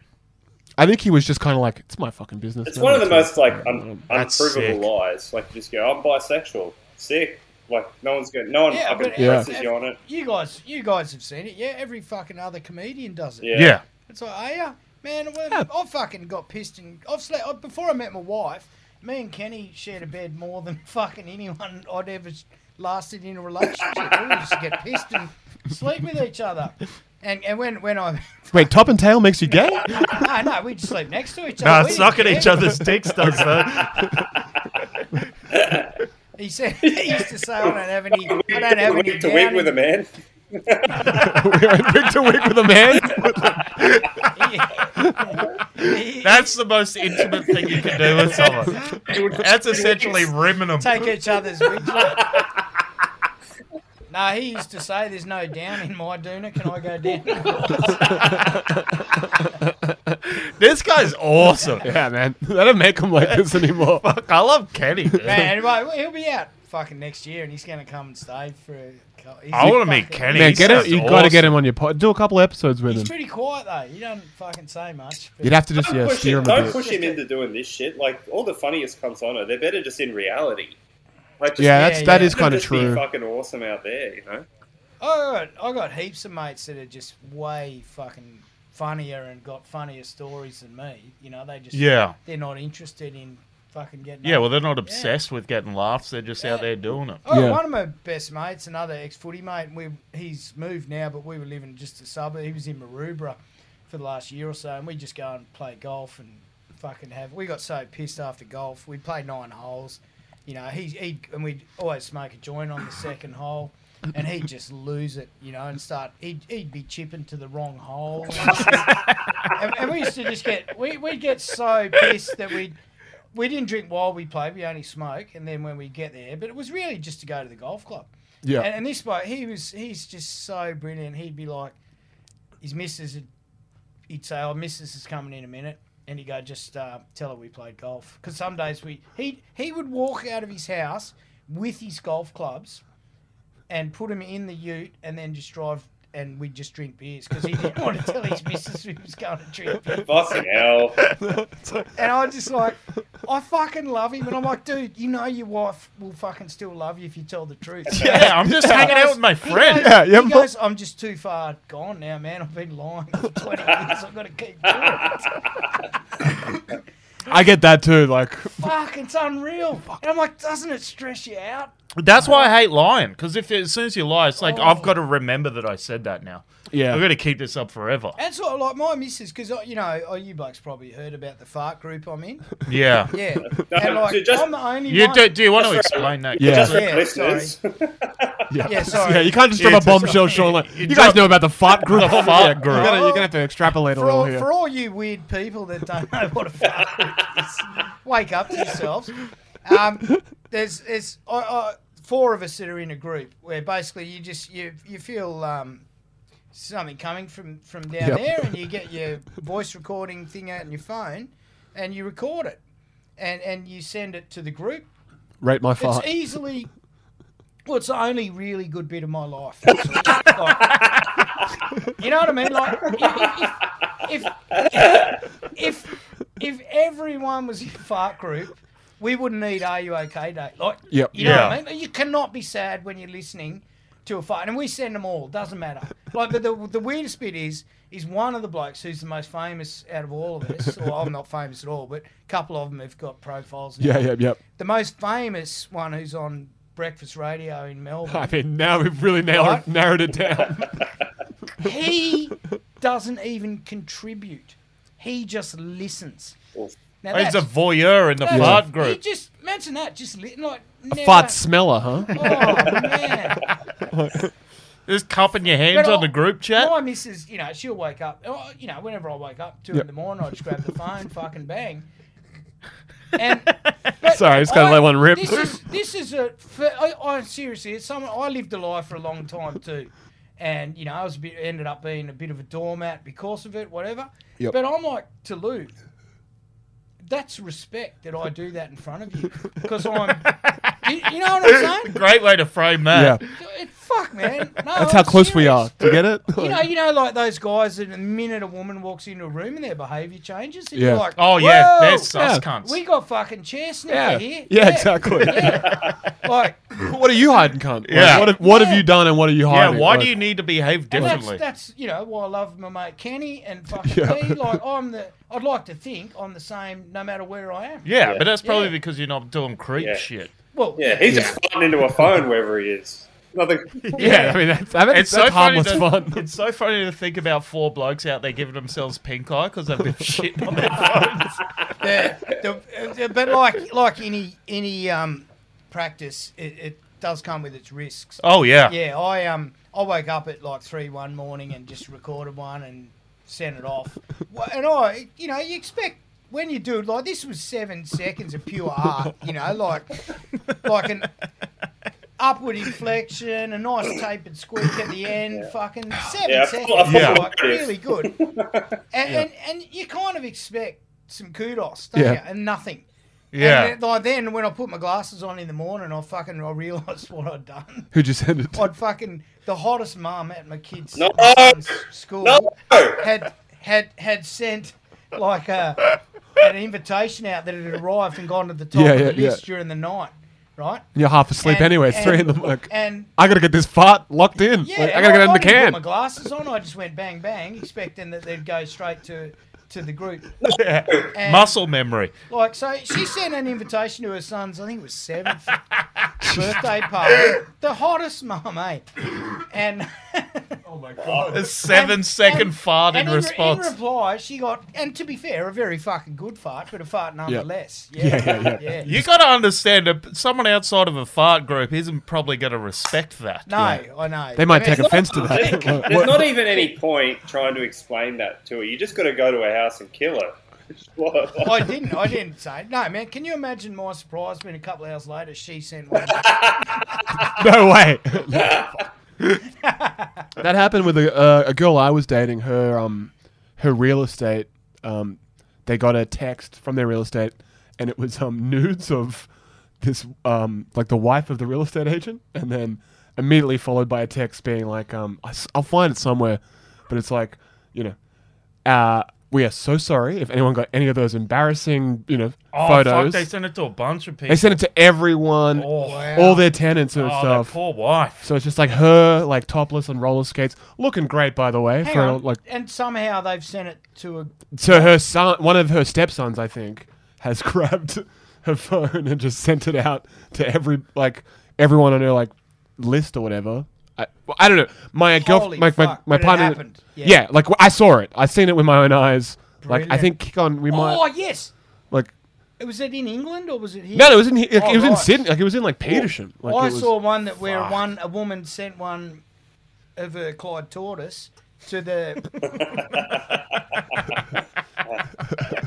I think he was just kind of like, it's my fucking business. it's man, one of the Oh, that's oh, most like un- That's unprovable sick. lies. Like you just go, I'm bisexual. Sick. Like no one's going. No one Yeah, fucking but Yeah. presses you on it. You guys, you guys have seen it, yeah. Every fucking other comedian does it. Yeah. It's like, are ya? man? Well, I fucking got pissed and I've slept I- before I met my wife. Me and Kenny shared a bed more than fucking anyone I'd ever s- lasted in a relationship. we would just get pissed and sleep with each other. And and when when I it. Wait, top and tail makes you gay? no no we'd sleep next to each other. Nah, We didn't sucking care. each other's dicks does that. He said he used to say I don't have any I Week don't have any to week down with a in- man. we went wig to wig with a man. He- That's the most intimate thing you can do with someone. That's essentially rimming them. take each other's wigs off. No, he used to say, "There's no down in my doona. Can I go down?" This guy's awesome. yeah, man, they don't make him like this anymore. Fuck, I love Kenny. dude. Man, anyway, he'll be out fucking next year, and he's going to come and stay for. A, cou- he's I want to meet fucking- Kenny. Man, He get him. sounds You got to get awesome. him on your pod. Do a couple episodes with He's him. pretty quiet though. He doesn't fucking say much. But You'd have to just Don't yeah, push, steer him, him a don't bit. push him into doing this shit. Like all the funniest cunts on it, they're better just in reality. Like, just, Yeah, that's Yeah, that yeah. is kind of just be true. fucking awesome out there, you know. Oh, I got, I got heaps of mates that are just way fucking funnier and got funnier stories than me. You know, they just Yeah. they're not interested in fucking getting. Yeah, up. well, they're not obsessed with getting laughs. They're just out there doing it. Oh, Yeah. one of my best mates, another ex-footy mate. We he's moved now, but we were living just a suburb. He was in Maroubra for the last year or so, and we just go and play golf and fucking have. We got so pissed after golf. We played nine holes, you know. He he and we'd always smoke a joint on the second hole. And he'd just lose it, you know, and start. He'd, he'd be chipping to the wrong hole. and, and we used to just get. We, we'd get so pissed that we'd we didn't drink while we played. We only smoke, and then when we get there, but it was really just to go to the golf club. Yeah. And, and this bloke, he was, he's just so brilliant. He'd be like, his missus, would, he'd say, "Oh, missus is coming in a minute," and he'd go, "Just uh, tell her we played golf." Because some days we, he, he would walk out of his house with his golf clubs, and put him in the Ute, and then just drive. And we'd just drink beers because he didn't want to tell his missus we was going to drink beers. Fucking hell. And I just like, I fucking love him. And I'm like, dude, you know your wife will fucking still love you if you tell the truth. Yeah, I'm just hanging out with my He friend. goes, Yeah, yeah. he goes, I'm just too far gone now, man. I've been lying for 20 years. I've got to keep doing it. I get that too. Like, Fuck, it's unreal. And I'm like, doesn't it stress you out? That's why I hate lying. Because if as soon as you lie, it's like I've got to remember that I said that now. yeah. I've got to keep this up forever. And sort of like my missus, because, you know, oh, you blokes probably heard about the fart group I'm in. Yeah. Yeah. and No, like, just- I'm the only You one. do, do you want to explain that? Yeah. Just for Yeah, listeners, Yeah, Yeah, sorry. Yeah, you can't just Yeah, drop a it's- bombshell, Sean. Like, you, you guys drop- know about the fart group. The fart Yeah, group. You're, gonna, you're gonna have to extrapolate a for little all, here. for all you weird people that don't know what a fart group is, wake up to yourselves. Um, there's there's I, I, four of us that are in a group where basically you just you you feel um, something coming from from down Yep. there, and you get your voice recording thing out on your phone, and you record it, and and you send it to the group. Rate my fart. It's easily. Well, it's the only really good bit of my life. That's all. Like, you know what I mean? Like, if if, if if everyone was in fart group, we wouldn't need "Are You Okay?" Day. Like, Yep. you know Yeah. what I mean? You cannot be sad when you're listening to a fart, and we send them all. Doesn't matter. Like, but the the weirdest bit is is one of the blokes who's the most famous out of all of us. Or I'm not famous at all, but a couple of them have got profiles. now Yeah, yeah, yeah. the most famous one who's on breakfast radio in Melbourne. I mean, now we've really narrowed, Right. narrowed it down. he doesn't even contribute. He just listens. Now Oh, He's that's- a voyeur in the that's- fart He group. just imagine that. Just li- like never, fart smeller, huh? Oh man. Just cupping your hands But on the I- group chat. My missus, you know, she'll wake up. oh, You know, whenever I wake up, two Yep. in the morning, I just grab the phone, fucking bang. And but Sorry, I just gotta I- let one rip. This is this is a. for- I, I seriously, it's someone I lived a lie for a long time too, and you know, I was a bit, ended up being a bit of a doormat because of it, whatever. Yep. But I'm like to Lou. That's respect that I do that in front of you because I'm. You, you know what I'm saying? Great way to frame Yeah, that. It, fuck, man. No, that's how I'm close we serious. are. Do you get it? You know, you know, like those guys that the minute a woman walks into a room and their behaviour changes, and Yeah. you're like, Oh yeah, "Whoa, they're sus Yeah. cunts. We got fucking chair sniffer yeah. here. yeah, exactly. Like, What are you hiding, cunt? Like, Yeah. what have, what have Yeah. you done and what are you yeah. hiding? Why Like, do you need to behave and that's differently? that's you know why I love my mate Kenny and fucking Yeah. me. Like, I'm the. I'd like to think I'm the same no matter where I am. yeah, but that's probably Yeah. because you're not doing creep Yeah. shit. Well, yeah, he's just farting into a phone wherever he is. Nothing. Yeah, I mean, that's, I mean, It's that's so funny. harmless To, fun. It's so funny to think about four blokes out there giving themselves pink eye because they've been shitting on their phones. the, the- but like like any any um practice, it, it does come with its risks. Oh yeah. Yeah, I um I woke up at like three one morning and just recorded one and sent it off. Wha- And I, you know, you expect when you do like this was seven seconds of pure art, you know, like like an upward inflection, a nice tapered squeak at the end, fucking seven Yeah, I seconds, thought- I thought it like was. really good. And, and and you kind of expect some kudos, don't Yeah. you? And nothing. Yeah. And then, like then when I put my glasses on in the morning, I fucking I realised what I'd done. Who'd you send it to? I'd fucking the hottest mum at my kids' No! my son's school No! had had had sent like a an invitation out that had arrived and gone to the top Yeah, of the yeah, yeah. list during the night, right? You're half asleep And- anyway. It's and- three in the morning. And I gotta get this fart locked in. yeah, Like, I and gotta get it in the didn't can. Put my glasses on. I just went bang bang, expecting that they'd go straight to to the group. And, Muscle memory. Like so, she sent an invitation to her son's. I think it was seventh birthday party. The hottest mum, eh? And Oh my god. A seven second and- fart and in re- response. in reply, she got, and to be fair, a very fucking good fart, but a fart nonetheless. Yeah, Yeah, yeah, yeah. you got to understand that someone outside of a fart group isn't probably going to respect that. No, I know. They might I mean, take offense to that. What- There's not even any point trying to explain that to her. You just got to go to her house and kill her. What? I didn't. I didn't say. No, man. Can you imagine my surprise when a couple hours later she sent one? no way. that happened with a, uh, a girl I was dating. Her um, her real estate. Um, they got a text from their real estate, and it was um nudes of this um like the wife of the real estate agent, and then immediately followed by a text being like um I, will find it somewhere, but it's like you know, uh we are so sorry if anyone got any of those embarrassing you know Oh, fuck, photos. they sent it to a bunch of people. They sent it to everyone, Oh, all their tenants and oh, stuff. that poor wife. So it's just like her, like topless on roller skates, looking great by the way. Hang for on. like and somehow they've sent it to a. so her son, one of her stepsons, I think, has grabbed her phone and just sent it out to every like everyone on her like list or whatever. I, well, I don't know. My girlfriend, Holy my, my, fuck, my but it partner. happened. Yeah. Yeah. like I saw it. I seen it with my own eyes. Like I Brilliant. think kick on we might Oh yes. like Was it in England or was it here? no, no, it was in like, Oh, it was in right. Sydney. Like it was in like Petersham. Like I it was, saw one that where one a woman sent one of her Clyde tortoise to the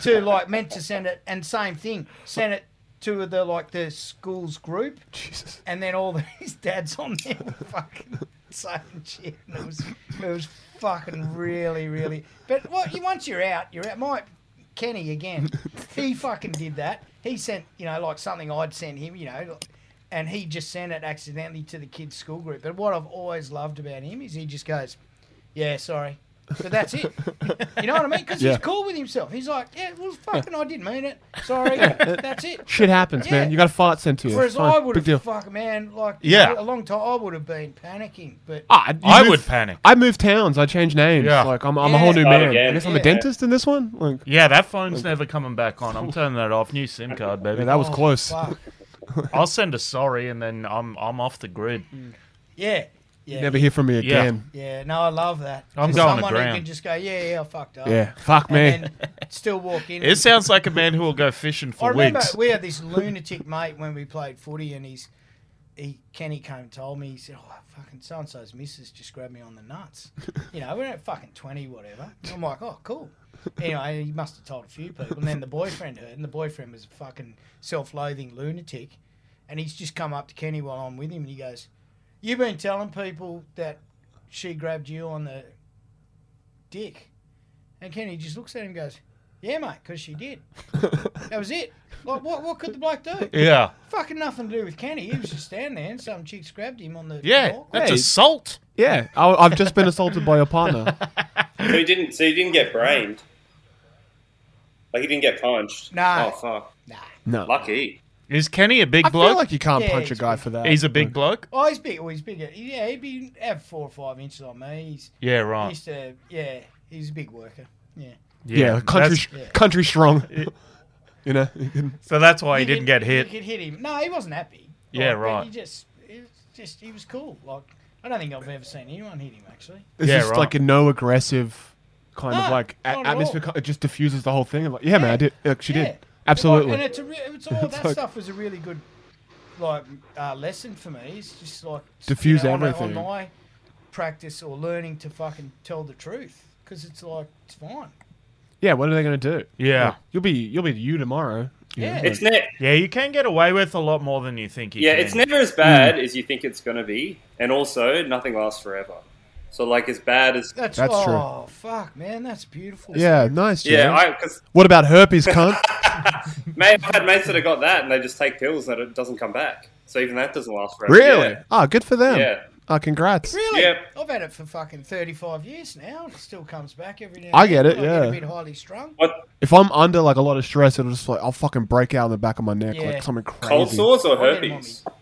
to like meant to send it and same thing sent it to the like the school's group Jesus. and then all these dads on there were fucking saying shit and it was it was fucking really really but what you once you're out you're out my Kenny again he fucking did that he sent you know like something I'd sent him you know and he just sent it accidentally to the kids' school group. But what I've always loved about him is he just goes, "Yeah, sorry," but that's it. you know what I mean? Because Yeah. he's cool with himself. He's like, "Yeah, well, fucking, I didn't mean it. Sorry, that's it." Shit happens, man. Yeah. You got a fart sent to you. Whereas It's fine. I Big would deal. have, fuck man, like Yeah. a long time, I would have been panicking. But Ah, you I move- would panic. I move towns. I change names. Yeah. Like I'm, I'm a whole Yeah. new Start man. I again. guess I'm a Yeah. dentist in this one. Like Yeah, that phone's never coming back on. I'm turning that off. New SIM card, baby. yeah, that was Oh, close. fuck. I'll send a sorry, and then I'm I'm off the grid. yeah, yeah, Never hear from me Yeah. again. yeah. No, I love that. I'm Just going to Someone ground. who can just go, "Yeah, yeah, I fucked up." Yeah. Fuck me. and then still walk in. It sounds like a man who will go fishing I for remember wigs. we had this lunatic mate when we played footy, and he's he Kenny came and told me he said, "Oh, fucking so and so's missus just grabbed me on the nuts." You know, we're at fucking twenty, whatever. I'm like, "Oh, cool." Anyway, he must have told a few people, and then the boyfriend heard, and the boyfriend was a fucking self-loathing lunatic, and he's just come up to Kenny while I'm with him, and he goes, "You've been telling people that she grabbed you on the dick," and Kenny just looks at him and goes. Yeah, mate, because she did. That was it. Like, what, what could the bloke do? yeah, Fucking nothing to do with Kenny. He was just standing there and some chicks grabbed him on the yeah, walk. that's Hey. assault. yeah. I, I've just been assaulted by your partner. So he didn't. So he didn't get brained. Like he didn't get punched. No. Oh fuck. No. Lucky. Is Kenny a big I bloke? feel like you can't Yeah, punch a he's guy big. for that. He's a big Like, bloke. Oh, he's big. Well, he's bigger. Yeah, he'd be have four or five inches on me. He's Yeah, he right. used to. Yeah, he's a big worker. Yeah. Yeah, country, that's- sh- country strong. you know. you can- so that's why he You didn't could- get hit. You could hit him. No, he wasn't happy. Yeah, Like, but right. He just, he was just, he was cool. Like, I don't think I've ever seen anyone hit him actually. It's Yeah, just right. like a no aggressive kind of No, like a- not at atmosphere. all. It just diffuses the whole thing. I'm like, yeah, man, I did. Look, she Yeah. did. Absolutely. And it's, a re- it's all It's that like- stuff was a really good like uh, lesson for me. It's just like Diffuse on- everything. on my practice or learning to fucking tell the truth because it's like it's fine. yeah. What are they gonna do? Yeah. Like, you'll be you'll be you tomorrow. you know, Yeah. like- It's ne- Yeah, you can get away with a lot more than you think you Yeah, can. it's never as Hmm. bad as you think it's going to be, and also nothing lasts forever. So like as bad as That's, That's true. oh, fuck, man, that's beautiful. yeah. Nice. yeah, Yeah. I because what about herpes, cunt? Mate, I've had mates that have got that and they just take pills and it doesn't come back. So even that doesn't last forever. Really? Yeah. Oh, good for them. Yeah. Oh, congrats. Really? Yep. I've had it for fucking 35 years now. and It still comes back every now and I get then. it, I yeah. get a bit highly strung. What, If I'm under like a lot of stress, it'll just like I'll fucking break out in the back of my neck Yeah. like something crazy. cold sores or I get 'em on herpes? me-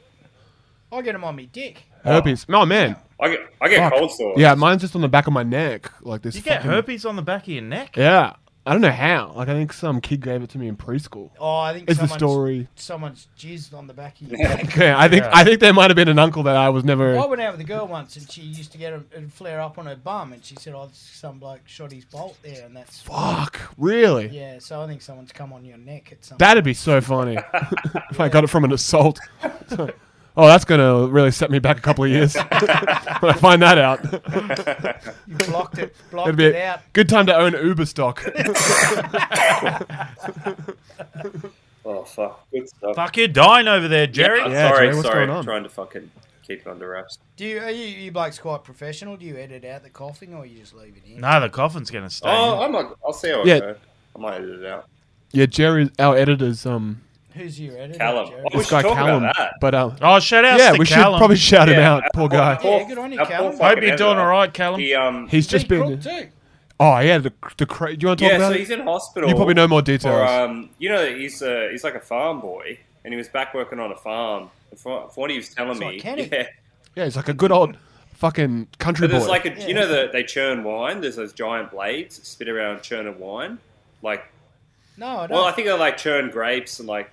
I get them on me dick. Herpes. No man. I get, I get Fuck. cold sores. Yeah, mine's just on the back of my neck. Like this. You get fucking- herpes on the back of your neck? Yeah. I don't know how. Like I think some kid gave it to me in preschool. Oh, I think It's the someone's, story. someone's jizzed on the back of your neck. Yeah, I think Yeah. I think there might have been an uncle that I was never. I went out with a girl once and she used to get a, a flare up on her bum and she said, oh, some bloke shot his bolt there and that's... Fuck, really? Yeah, so I think someone's come on your neck at some That'd be so funny if I got it from an assault. oh, that's gonna really set me back a couple of years when I find that out. You blocked it, blocked It'd be it out. a good time to own Uber stock. Oh, fuck. Good stuff. Fuck, you're dying over there, Jerry. I'm Yeah, sorry, Jerry, what's sorry. going on? Trying to fucking keep it under wraps. Do you are you, you blokes quite professional? Do you edit out the coughing or you just leave it in? No, the coffin's gonna stay. in. Oh, I might, I'll see how it Yeah. goes. I might edit it out. yeah, Jerry, our editor's um, Who's your editor? Callum. Jerry? Oh, this should guy talk about Callum. that. But um, Oh, shout out yeah, to we Callum. should probably shout him Yeah, out. Poor our guy. poor- Yeah, good on you, our poor Callum. fucking Hope you're doing editor. all right, Callum. He, um, He's just Pete been. Crook too. Oh yeah, the, the cra- Do you want to talk yeah, about so it? he's in hospital. You probably know more details. For, um, you know, he's uh, he's like a farm boy, and he was back working on a farm. And from, from what he was telling So I me, can it. yeah, yeah, he's like a good old fucking country but boy. there's like a, you know, the, they churn wine. There's those giant blades that spit around and churn a wine. Like, No, I don't. well, I think they like churn grapes and like,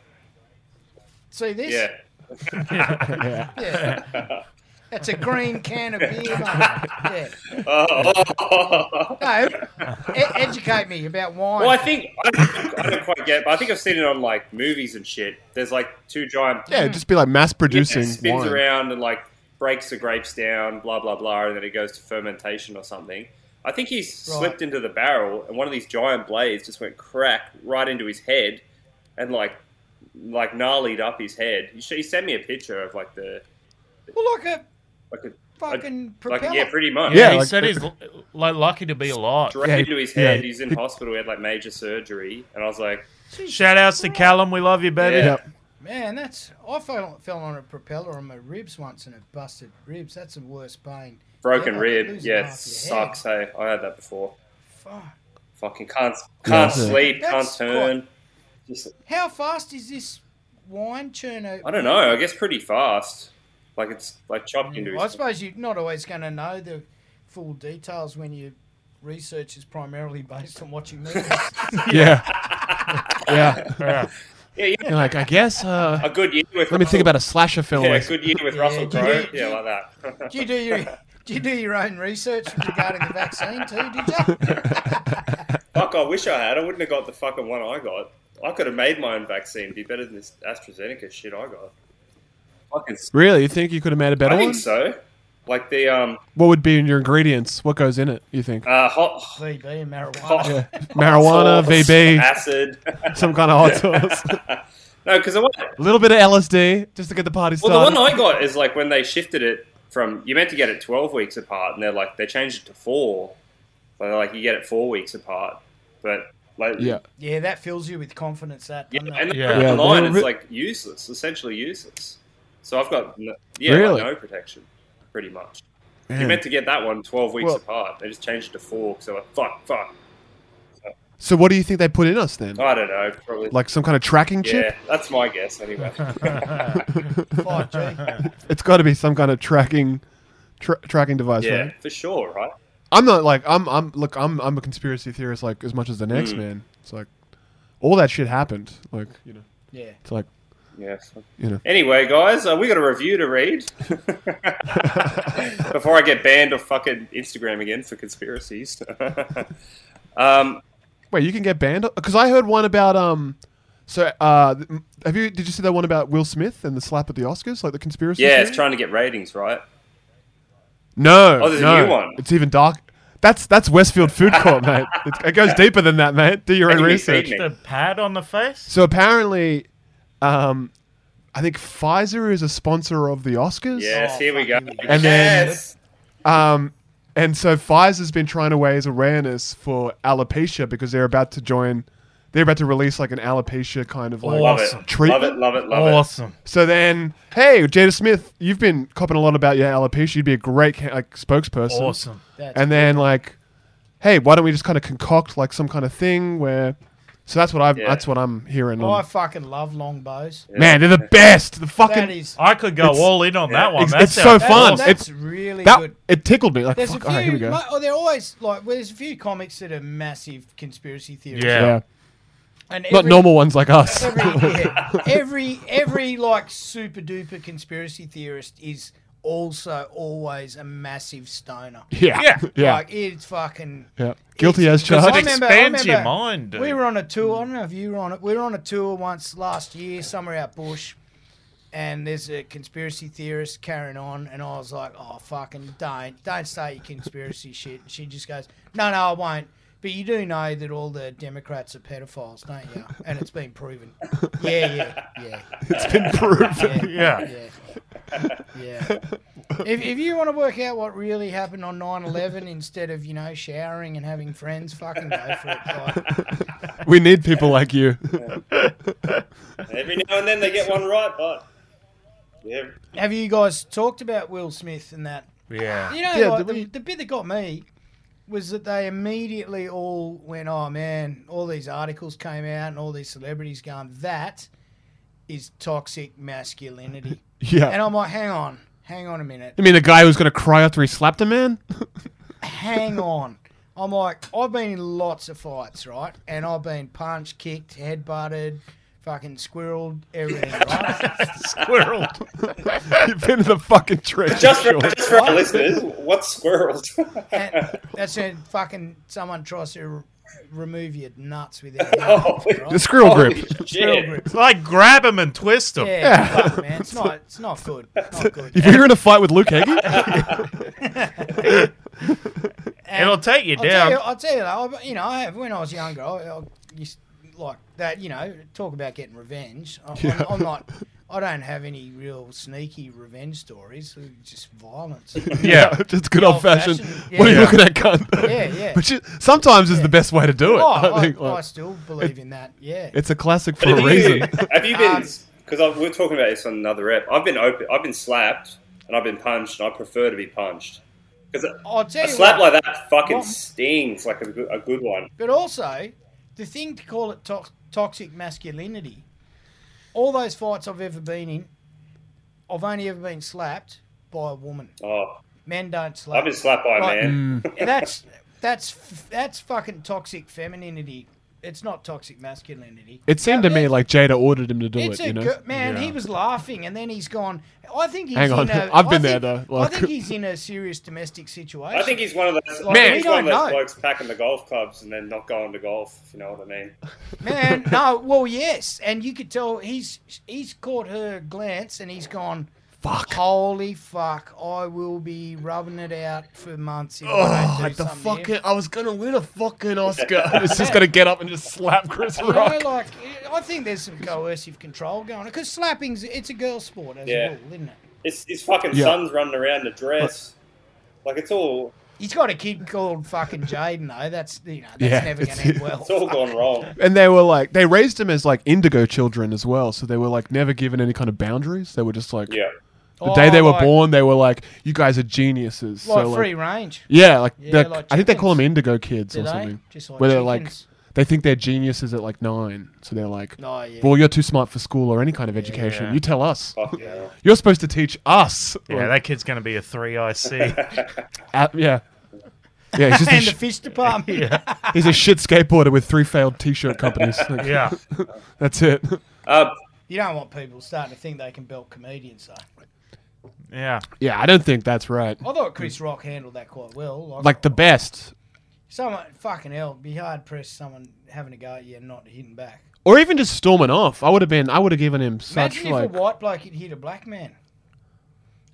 See this? yeah, Yeah. That's a green can of beer. mate. Yeah. Oh. No, e- educate me about wine. Well, I think I don't, I don't quite get, but I think I've seen it on like movies and shit. There's like two giant yeah, just be like mass it producing. spins wine. around and like breaks the grapes down, blah blah blah, and then it goes to fermentation or something. I think he's Right. slipped into the barrel, and one of these giant blades just went crack right into his head, and like like gnarlied up his head. He, sh- he sent me a picture of like the well, like a like a fucking like, propeller. yeah, pretty much Yeah, Yeah, he like- said he's l- like lucky to be alive. straight Yeah, into his yeah. head. He's in hospital. He had like major surgery, and I was like, Jesus Shout outs to Christ. Callum. We love you, baby. Yeah. Yep. Man, that's I fell, fell on a propeller on my ribs once and it busted ribs. That's the worst pain. broken Yeah, rib, losing yeah, half it your head. sucks. Hey, I had that before. Fuck. Fucking can't Yeah, can't that's it. sleep, can't That's turn. Just How fast is this wine churner? I don't know. I guess pretty fast. Like it's like chopped into. I His, suppose you're not always going to know the full details when your research is primarily based on watching movies. Yeah. yeah. Yeah. yeah, yeah. You're like, I guess. Uh, A good year with. let me think about a slasher film. Yeah, a like- good year with Yeah, Russell do you Crowe. do- Yeah, like that. do you do your do you do your own research regarding the vaccine too? Did you? Fuck! I wish I had. I wouldn't have got the fucking one I got. I could have made my own vaccine. It'd be better than this AstraZeneca shit I got. Fucking. s- Really? You think you could have made a better I one? think so. Like the um What would be in your ingredients? What goes in it? You think uh hot VB and marijuana. hot marijuana, Uh, sauce, VB, acid. some kind of hot sauce, no, because the one a little bit of LSD, just to get the party started. Well, the one I got is like when they shifted it from you meant to get it twelve weeks apart, and they're like they changed it to four. So they're like you get it four weeks apart, but like yeah, Yeah, that fills you with confidence. That yeah, doesn't it? and Yeah. yeah, online Yeah, it's they're- like useless, essentially useless. So I've got no, yeah, like, Really? no protection, pretty much. You Man. meant to get that one 12 weeks Well- apart. They just changed it to four. So like, fuck, fuck. So what do you think they put in us then? I don't know. Probably. Like some kind of tracking yeah, chip? that's my guess anyway. Five G. It's got to be some kind of tracking, tra- tracking device. yeah, Right? for sure, right? I'm not like I'm. I'm look. I'm. I'm a conspiracy theorist like as much as the Mm. next man. It's like all that shit happened. Like you know. Yeah. It's like Yeah. You know. Anyway, guys, uh, we got a review to read before I get banned off fucking Instagram again for conspiracies. um, Wait, you can get banned because I heard one about um. So, uh, th- m- have you did you see that one about Will Smith and the slap at the Oscars, like the conspiracy? yeah, it's theory? trying to get ratings, right? No, Oh, there's a no. new one. It's even dark. That's that's Westfield Food Court, mate. It, it goes deeper than that, mate. Do your own Can you feed research. me? The pad on the face. So apparently, um, I think Pfizer is a sponsor of the Oscars. Yes, Oh, here we go. fuck you. And then- yes. Um, and so Pfizer's been trying to raise awareness for alopecia because they're about to join they're about to release like an alopecia kind of like Love Awesome. it. Love it, love it, love awesome. So then, hey, Jada Smith, you've been copping a lot about your alopecia. You'd be a great ca- like spokesperson. Awesome. That's and then like, hey, why don't we just kind of concoct like some kind of thing where? So that's what I've. Yeah. That's what I'm hearing. Oh, I on. fucking love long bows. it. Man, they're the best. The That fucking. is I could go It's- all in on that one. It's- That it's so sounds that's, fun. awesome. That's It's- really That good. it tickled me. Like, There's fuck. a All few. right, here we go. like, oh, they're always like. Well, there's a few comics that are massive conspiracy theories. Yeah. yeah. And Not every- normal ones like us. Every, yeah, every every like super duper conspiracy theorist is also always a massive stoner. yeah. Yeah. Yeah. Like it's fucking. yeah. Guilty as Because it charged. remember- I expands your remember mind. dude. We were on a tour. I don't know if you were on it. We were on a tour once last year, somewhere out bush, and there's a conspiracy theorist carrying on, and I was like, "Oh fucking don't, don't say your conspiracy shit." And she just goes, "No, no, I won't." But you do know that all the Democrats are pedophiles, don't you? And it's been proven. Yeah, yeah, yeah, It's been proven. yeah. yeah, yeah. If, if you want to work out what really happened on 9-11 instead of you know showering and having friends, fucking go for it. Like, we need people like you. Every now and then they get one right, but yeah, Have you guys talked about Will Smith and that? Yeah. You know, Yeah, like, did the, we- the bit that got me was that they immediately all went, oh man, all these articles came out and all these celebrities going, that is toxic masculinity. Yeah. and I'm like, hang on, hang on a minute, You mean the guy who's gonna cry after he slapped a man? hang on. I'm like, I've been in lots of fights, right? And I've been punched, kicked, headbutted, fucking squirreled, everything, right? Squirrel. You've been in the fucking trench. just for, sure. just for our listeners, what's squirrels? And that's when fucking someone tries to r- remove your nuts with their Oh, hands, right? the squirrel holy grip. Squirrel shit. grip. like grab him and twist him. Yeah, Yeah. fuck, man, it's not, it's not good. It's not good. If you're in a fight with Luke Heggie, And It'll take you I'll down. Tell you, I'll tell you though, I've- you know, I have, when I was younger, I, I used like that. You know, talk about getting revenge. I, Yeah. I'm, I'm not. I don't have any real sneaky revenge stories. They're Just violence. yeah. just good old fashioned. Old-fashioned, What are you yeah. looking at, cunt? Yeah, yeah. Which is, sometimes is the best way to do it. oh, I I, think, I like, still believe in that. Yeah. it's a classic for Have a you, reason. have you been? Um, Because we were talking about this on another rep. I've been open. I've been slapped, and I've been punched, and I prefer to be punched. Because I'll tell a you slap what, like that fucking What? stings like a good, a good one. But also, the thing to call it to- toxic masculinity, all those fights I've ever been in, I've only ever been slapped by a woman. Oh, Men don't slap. I've been slapped by a Right. man. Mm. that's that's f- that's fucking toxic femininity. It's not toxic masculinity. It seemed to me like Jada ordered him to do It's it. a You know, good man. He was laughing, and then he's gone. I think he's Hang on, in a. I've I been there, think- though, I like- think he's in a serious domestic situation. I think he's one of those. Like, Man, we he's one of don't those know. blokes packing the golf clubs and then not going to golf. If you know what I mean? Man, no, well, yes, and you could tell he's he's caught her glance, and he's gone. Fuck. Holy fuck! I will be rubbing it out for months. If I Oh, don't do the something here." fucking! I was gonna win a fucking Oscar. I was just gonna get up and just slap Chris You Rock. know, like I think there's some coercive control going on because slapping's it's a girl sport as Yeah. well, isn't it? It's his fucking Yeah. son's running around the dress. Like it's all He's got a kid called fucking Jaden though. That's you know that's Yeah, never it's- going to end well. it's all gone wrong. And they were like, they raised him as like indigo children as well. So they were like never given any kind of boundaries. They were just like, Yeah. the day they were Oh, like, born, they were like, you guys are geniuses. like so free like, range. yeah, like, Yeah, they're- like I think they call them chickens. indigo kids Do or they? something. Just like where they're like, chickens. they think they're geniuses at like nine. So they're like, Oh, yeah. well, you're too smart for school or any kind of education. Yeah. You tell us. Oh, Fuck yeah. You're supposed to teach us. Yeah, that kid's gonna be a three IC. Like, uh, yeah. Yeah, he's just a and the sh- fish department. he's a shit skateboarder with three failed t-shirt companies. Like, yeah. that's it. Uh, You don't want people starting to think they can belt comedians though. Yeah. Yeah, I don't think that's right. I thought Chris Rock handled that quite well. Like, Mm. Like the best, someone fucking hell, be hard pressed someone having a go at you and not hitting back. or even just storming off. I would have been. I would have given him such Imagine if like. a white bloke had hit a black man,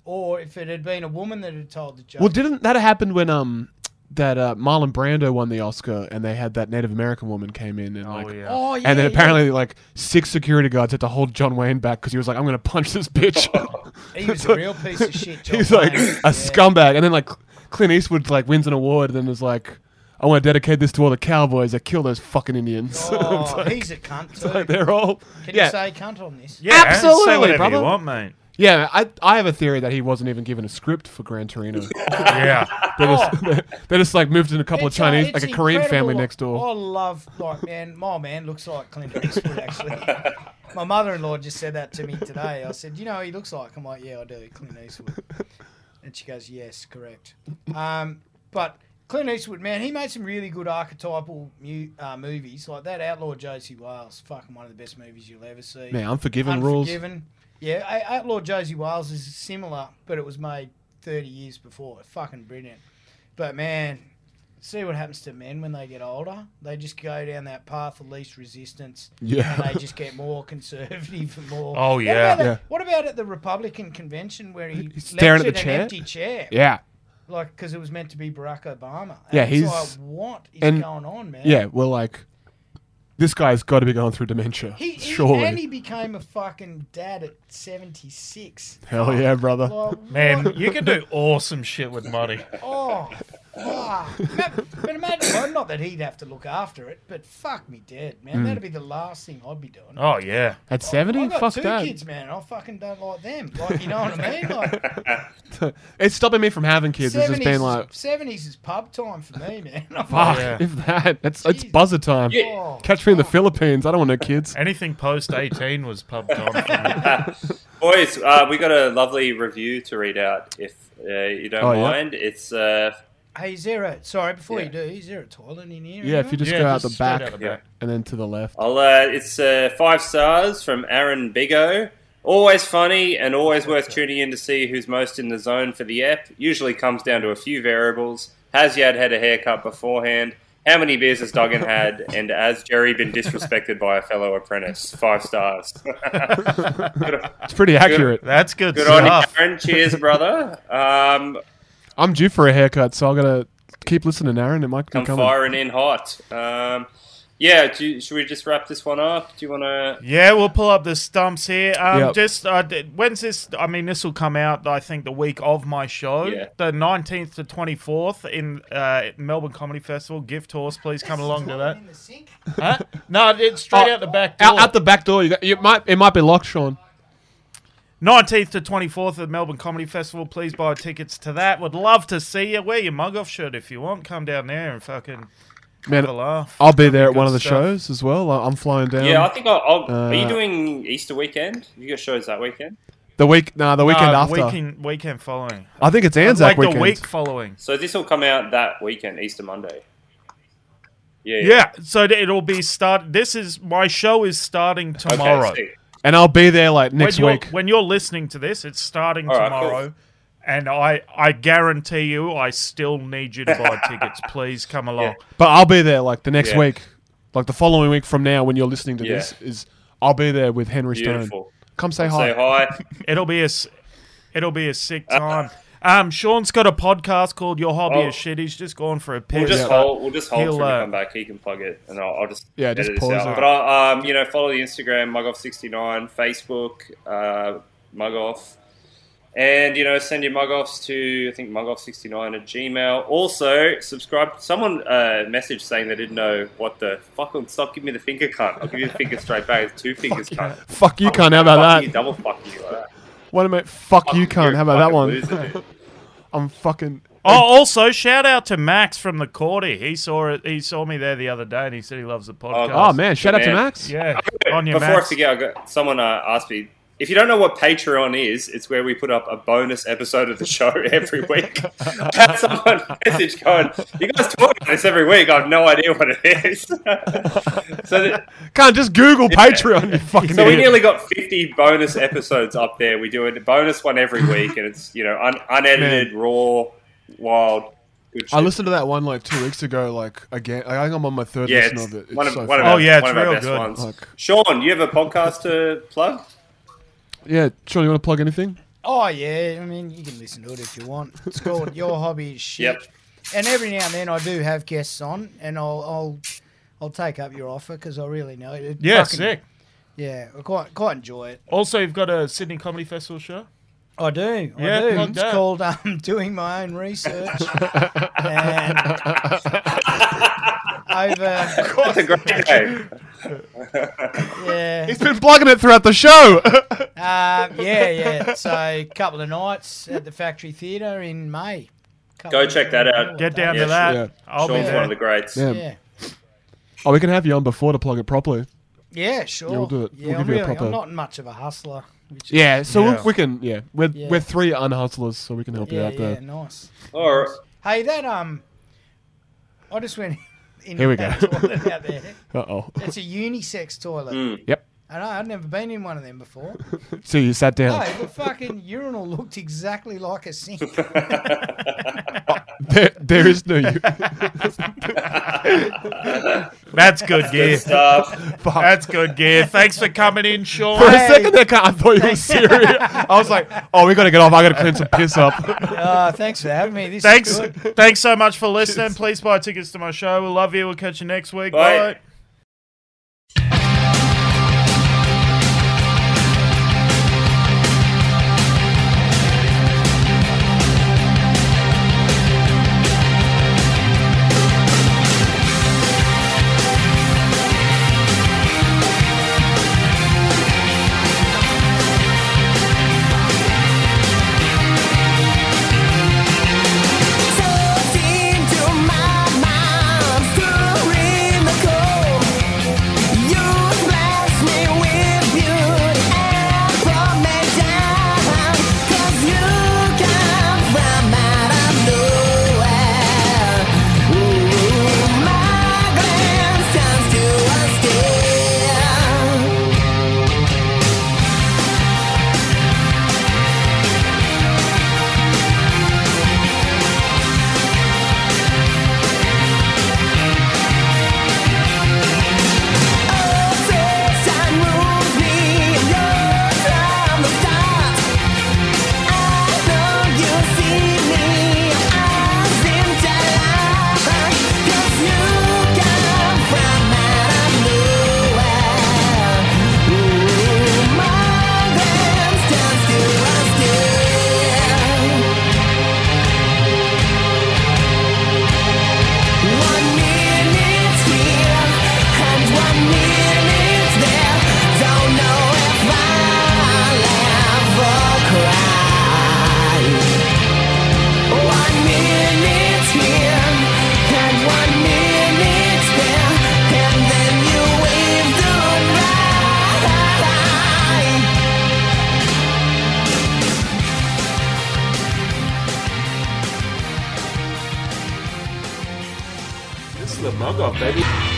or if it had been a woman that had told the joke. Well, didn't that happen when um that uh, Marlon Brando won the Oscar and they had that Native American woman came in and Oh like. yeah. oh yeah. And then yeah. apparently, like six security guards had to hold John Wayne back because he was like, "I'm gonna punch this bitch." he was a real piece of shit. He's Oh, John like a Wayne. Yeah. scumbag. And then like Clint Eastwood like wins an award and then is like, I want to dedicate this to all the cowboys that kill those fucking Indians. It's Oh, like- he's a cunt it's like too. they're all. Can yeah, you say cunt on this? Yeah, say Absolutely, whatever brother. you want, mate. yeah. I, I have a theory that he wasn't even given a script for Gran Torino. Yeah. they just they just like moved in a couple It's, of uh, Chinese, it's like a Korean incredible. Oh, family next door. I love, like, man, my man looks like Clint Eastwood, actually. my mother in law just said that to me today. I said, You know, who he looks like. I'm like, Yeah, I do, Clint Eastwood. And she goes, Yes, correct. Um, but Clint Eastwood, man, he made some really good archetypal mu- uh, movies. Like that Outlaw Josie Wales, fucking one of the best movies you'll ever see. Man, Unforgiven rules. Unforgiven. Yeah, I- Outlaw Josie Wales is similar, but it was made 30 years before. Fucking brilliant. But man, see what happens to men when they get older? They just go down that path of least resistance. Yeah. And they just get more conservative and more. Oh, What yeah. about at- Yeah. What about at the Republican convention where he He's staring at the lectured chair? an empty chair? Yeah, Like, because it was meant to be Barack Obama. And Yeah, it's he's- like, what is and- going on, man? yeah. We're like, this guy's got to be going through dementia. He, he- surely. and he became a fucking dad at 76. Hell yeah, brother. Like, Man, what- you can do awesome shit with money. Oh, fuck. Ma- But imagine, well, not that he'd have to look after it, but fuck me dead, man. That'd be the last thing I'd be doing. Oh yeah. At seventy, I've got fuck two that. kids, man. and I fucking don't like them. Like, you know what I mean? Like, It's stopping me from having kids. It's just 70s, being is- like, 70s is pub time for me, man. I'm fuck, Yeah. if that, that's it's Jeez. buzzer time. like, oh, Catch me in the Philippines. I don't want no kids. Anything post eighteen was pub time. for me. Boys, uh, we got a lovely review to read out. If uh, you don't Oh, yeah? mind, it's uh, Hey, Zero. Sorry, before Yeah. you do, is there a toilet in here? Yeah, if you anywhere? just Yeah, go out just the straight back, out the back. and then to the left. I'll, uh, it's uh, five stars from Aaron Bigo. Always funny and always worth tuning in to see who's most in the zone for the app. Usually comes down to a few variables. Has Yad had a haircut beforehand? How many beers has Duggan had? And has Jerry been disrespected by a fellow apprentice? Five stars. good It's pretty accurate. That's good, good on you, stuff. Aaron. Cheers, brother. Um, I'm due for a haircut, so I'm gonna keep listening, Aaron. It might be I'm coming. firing in hot. Um, yeah, do you, should we just wrap this one up? Do you want to? Yeah, we'll pull up the stumps here. Um, Yep. Just uh, d- when's this? I mean, this will come out. I think the week of my show, Yeah. the nineteenth to twenty fourth in uh, Melbourne Comedy Festival. Gift horse, please come along to that. In the sink? Huh? No, it's straight Oh, out the back door. Out, out the back door. You, got, you might. It might be locked, Sean. 19th to 24th at Melbourne Comedy Festival. Please buy tickets to that. Would love to see you. Wear your mug off shirt if you want. Come down there and fucking have a Man, laugh. I'll be there at Good one of the stuff. shows as well. I- I'm flying down. Yeah, I think I'll. I'll are you Uh, doing Easter weekend? You got shows that weekend. the week. Nah, the weekend Uh, after. Weekend, weekend following. I think it's Anzac like weekend. the week following. So this will come out that weekend, Easter Monday. Yeah. Yeah, so th- it'll be start. This is my show is starting Okay, tomorrow. sick. and I'll be there like next when you're, week. When you're listening to this, it's starting All right, cool. tomorrow. And I, I guarantee you, I still need you to buy tickets. Please come along. But I'll be there like the next Yeah. week, like the following week from now when you're listening to Yeah. this is. I'll be there with Henry Beautiful. Stone. Come say hi. Say hi. It'll be a, s- it'll be a sick time. Um, Sean's got a podcast called Your Hobby Oh. is Shit. He's just gone for a piss. We'll just but hold. We'll just hold till he'll, we uh, come back. He can plug it, and I'll, I'll just Yeah, edit just this pause out. it. But I, um, you know, follow the Instagram mugoff69, Facebook uh, mugoff, and you know, send your mugoffs to I think mugoff69 at Gmail. Also, subscribe. Someone uh, messaged saying they didn't know what the fuck. Stop! Give me the finger cut. I'll give you the finger straight back. It's two fingers cut. Fuck you, cunt. How Oh, Fuck about you, that? double fuck you. Like that. Wait a minute. Fuck you, You're cunt. a How about that fucking one? loser, dude. I'm fucking. Oh, also shout out to Max from the quarter. He saw it. He saw me there the other day, and he said he loves the podcast. Oh man, shout out to man. Max. yeah, on your Before Max. I forget, I got, someone uh, asked me if you don't know what Patreon is. It's where we put up a bonus episode of the show every week. I had someone message going, "You guys talk about this every week. I have no idea what it is." so, that, Can't just Google Patreon. You fucking. so we idiot. nearly got fifty bonus episodes up there. We do a bonus one every week, and it's you know un- unedited, raw, wild. Good shit. I listened to that one like two weeks ago. Like again, I think I'm on my third Yeah, listen it's of it. It's one of, so one of funny. Oh, our, yeah, one it's of our real best good. ones. Fuck. Sean, you have a podcast to plug? Oh, yeah, Sean, you want to plug anything? Oh yeah, I mean you can listen to it if you want. It's called Your Hobby is Shit. Yep. And every now and then I do have guests on, and I'll I'll, I'll take up your offer because I really know it. yeah, fucking- sick. Yeah, I quite quite enjoy it. Also, you've got a Sydney Comedy Festival show. I do. Yeah, I do. plug It's that. called um, doing my own research. and over. That's a great game. Yeah. He's been plugging it throughout the show. uh, Um, yeah, yeah. So a couple of nights at the Factory Theatre in May. Couple Go of- check that out. Get down Yeah, to that. sure. I'll be Sean's there. one of the greats. Yeah. Yeah. oh, we can have you on before to plug it properly. Yeah, sure. we'll do it. Yeah, We'll I'm, give you a really, proper- I'm not much of a hustler. Which is, Yeah, so Yeah. We, we can. Yeah, we're Yeah. we're three unhustlers, so we can help you yeah, out yeah, there. nice. All right. Hey, that um, I just went. In Here we that go. toilet out there. Uh oh. It's a unisex toilet. Yep. I know. I've never been in one of them before. So you sat down. No, the fucking urinal looked exactly like a sink. There, there is no you. That's good gear. Stuff. That's good gear. Thanks for coming in, For Sean. a second there, Kat, I thought you were serious. I was like, oh, we gotta get off. I gotta clean some piss up. Uh, thanks for having me. This is Thanks, good. thanks so much for listening. Please buy tickets to my show. We love you. We'll catch you next week. Bye. Bye. Yeah. Yeah. One minute's here and one minute's there. Don't know if I'll ever cry. One minute's here and one minute's there, and then you wave goodbye. This is the mug off, baby.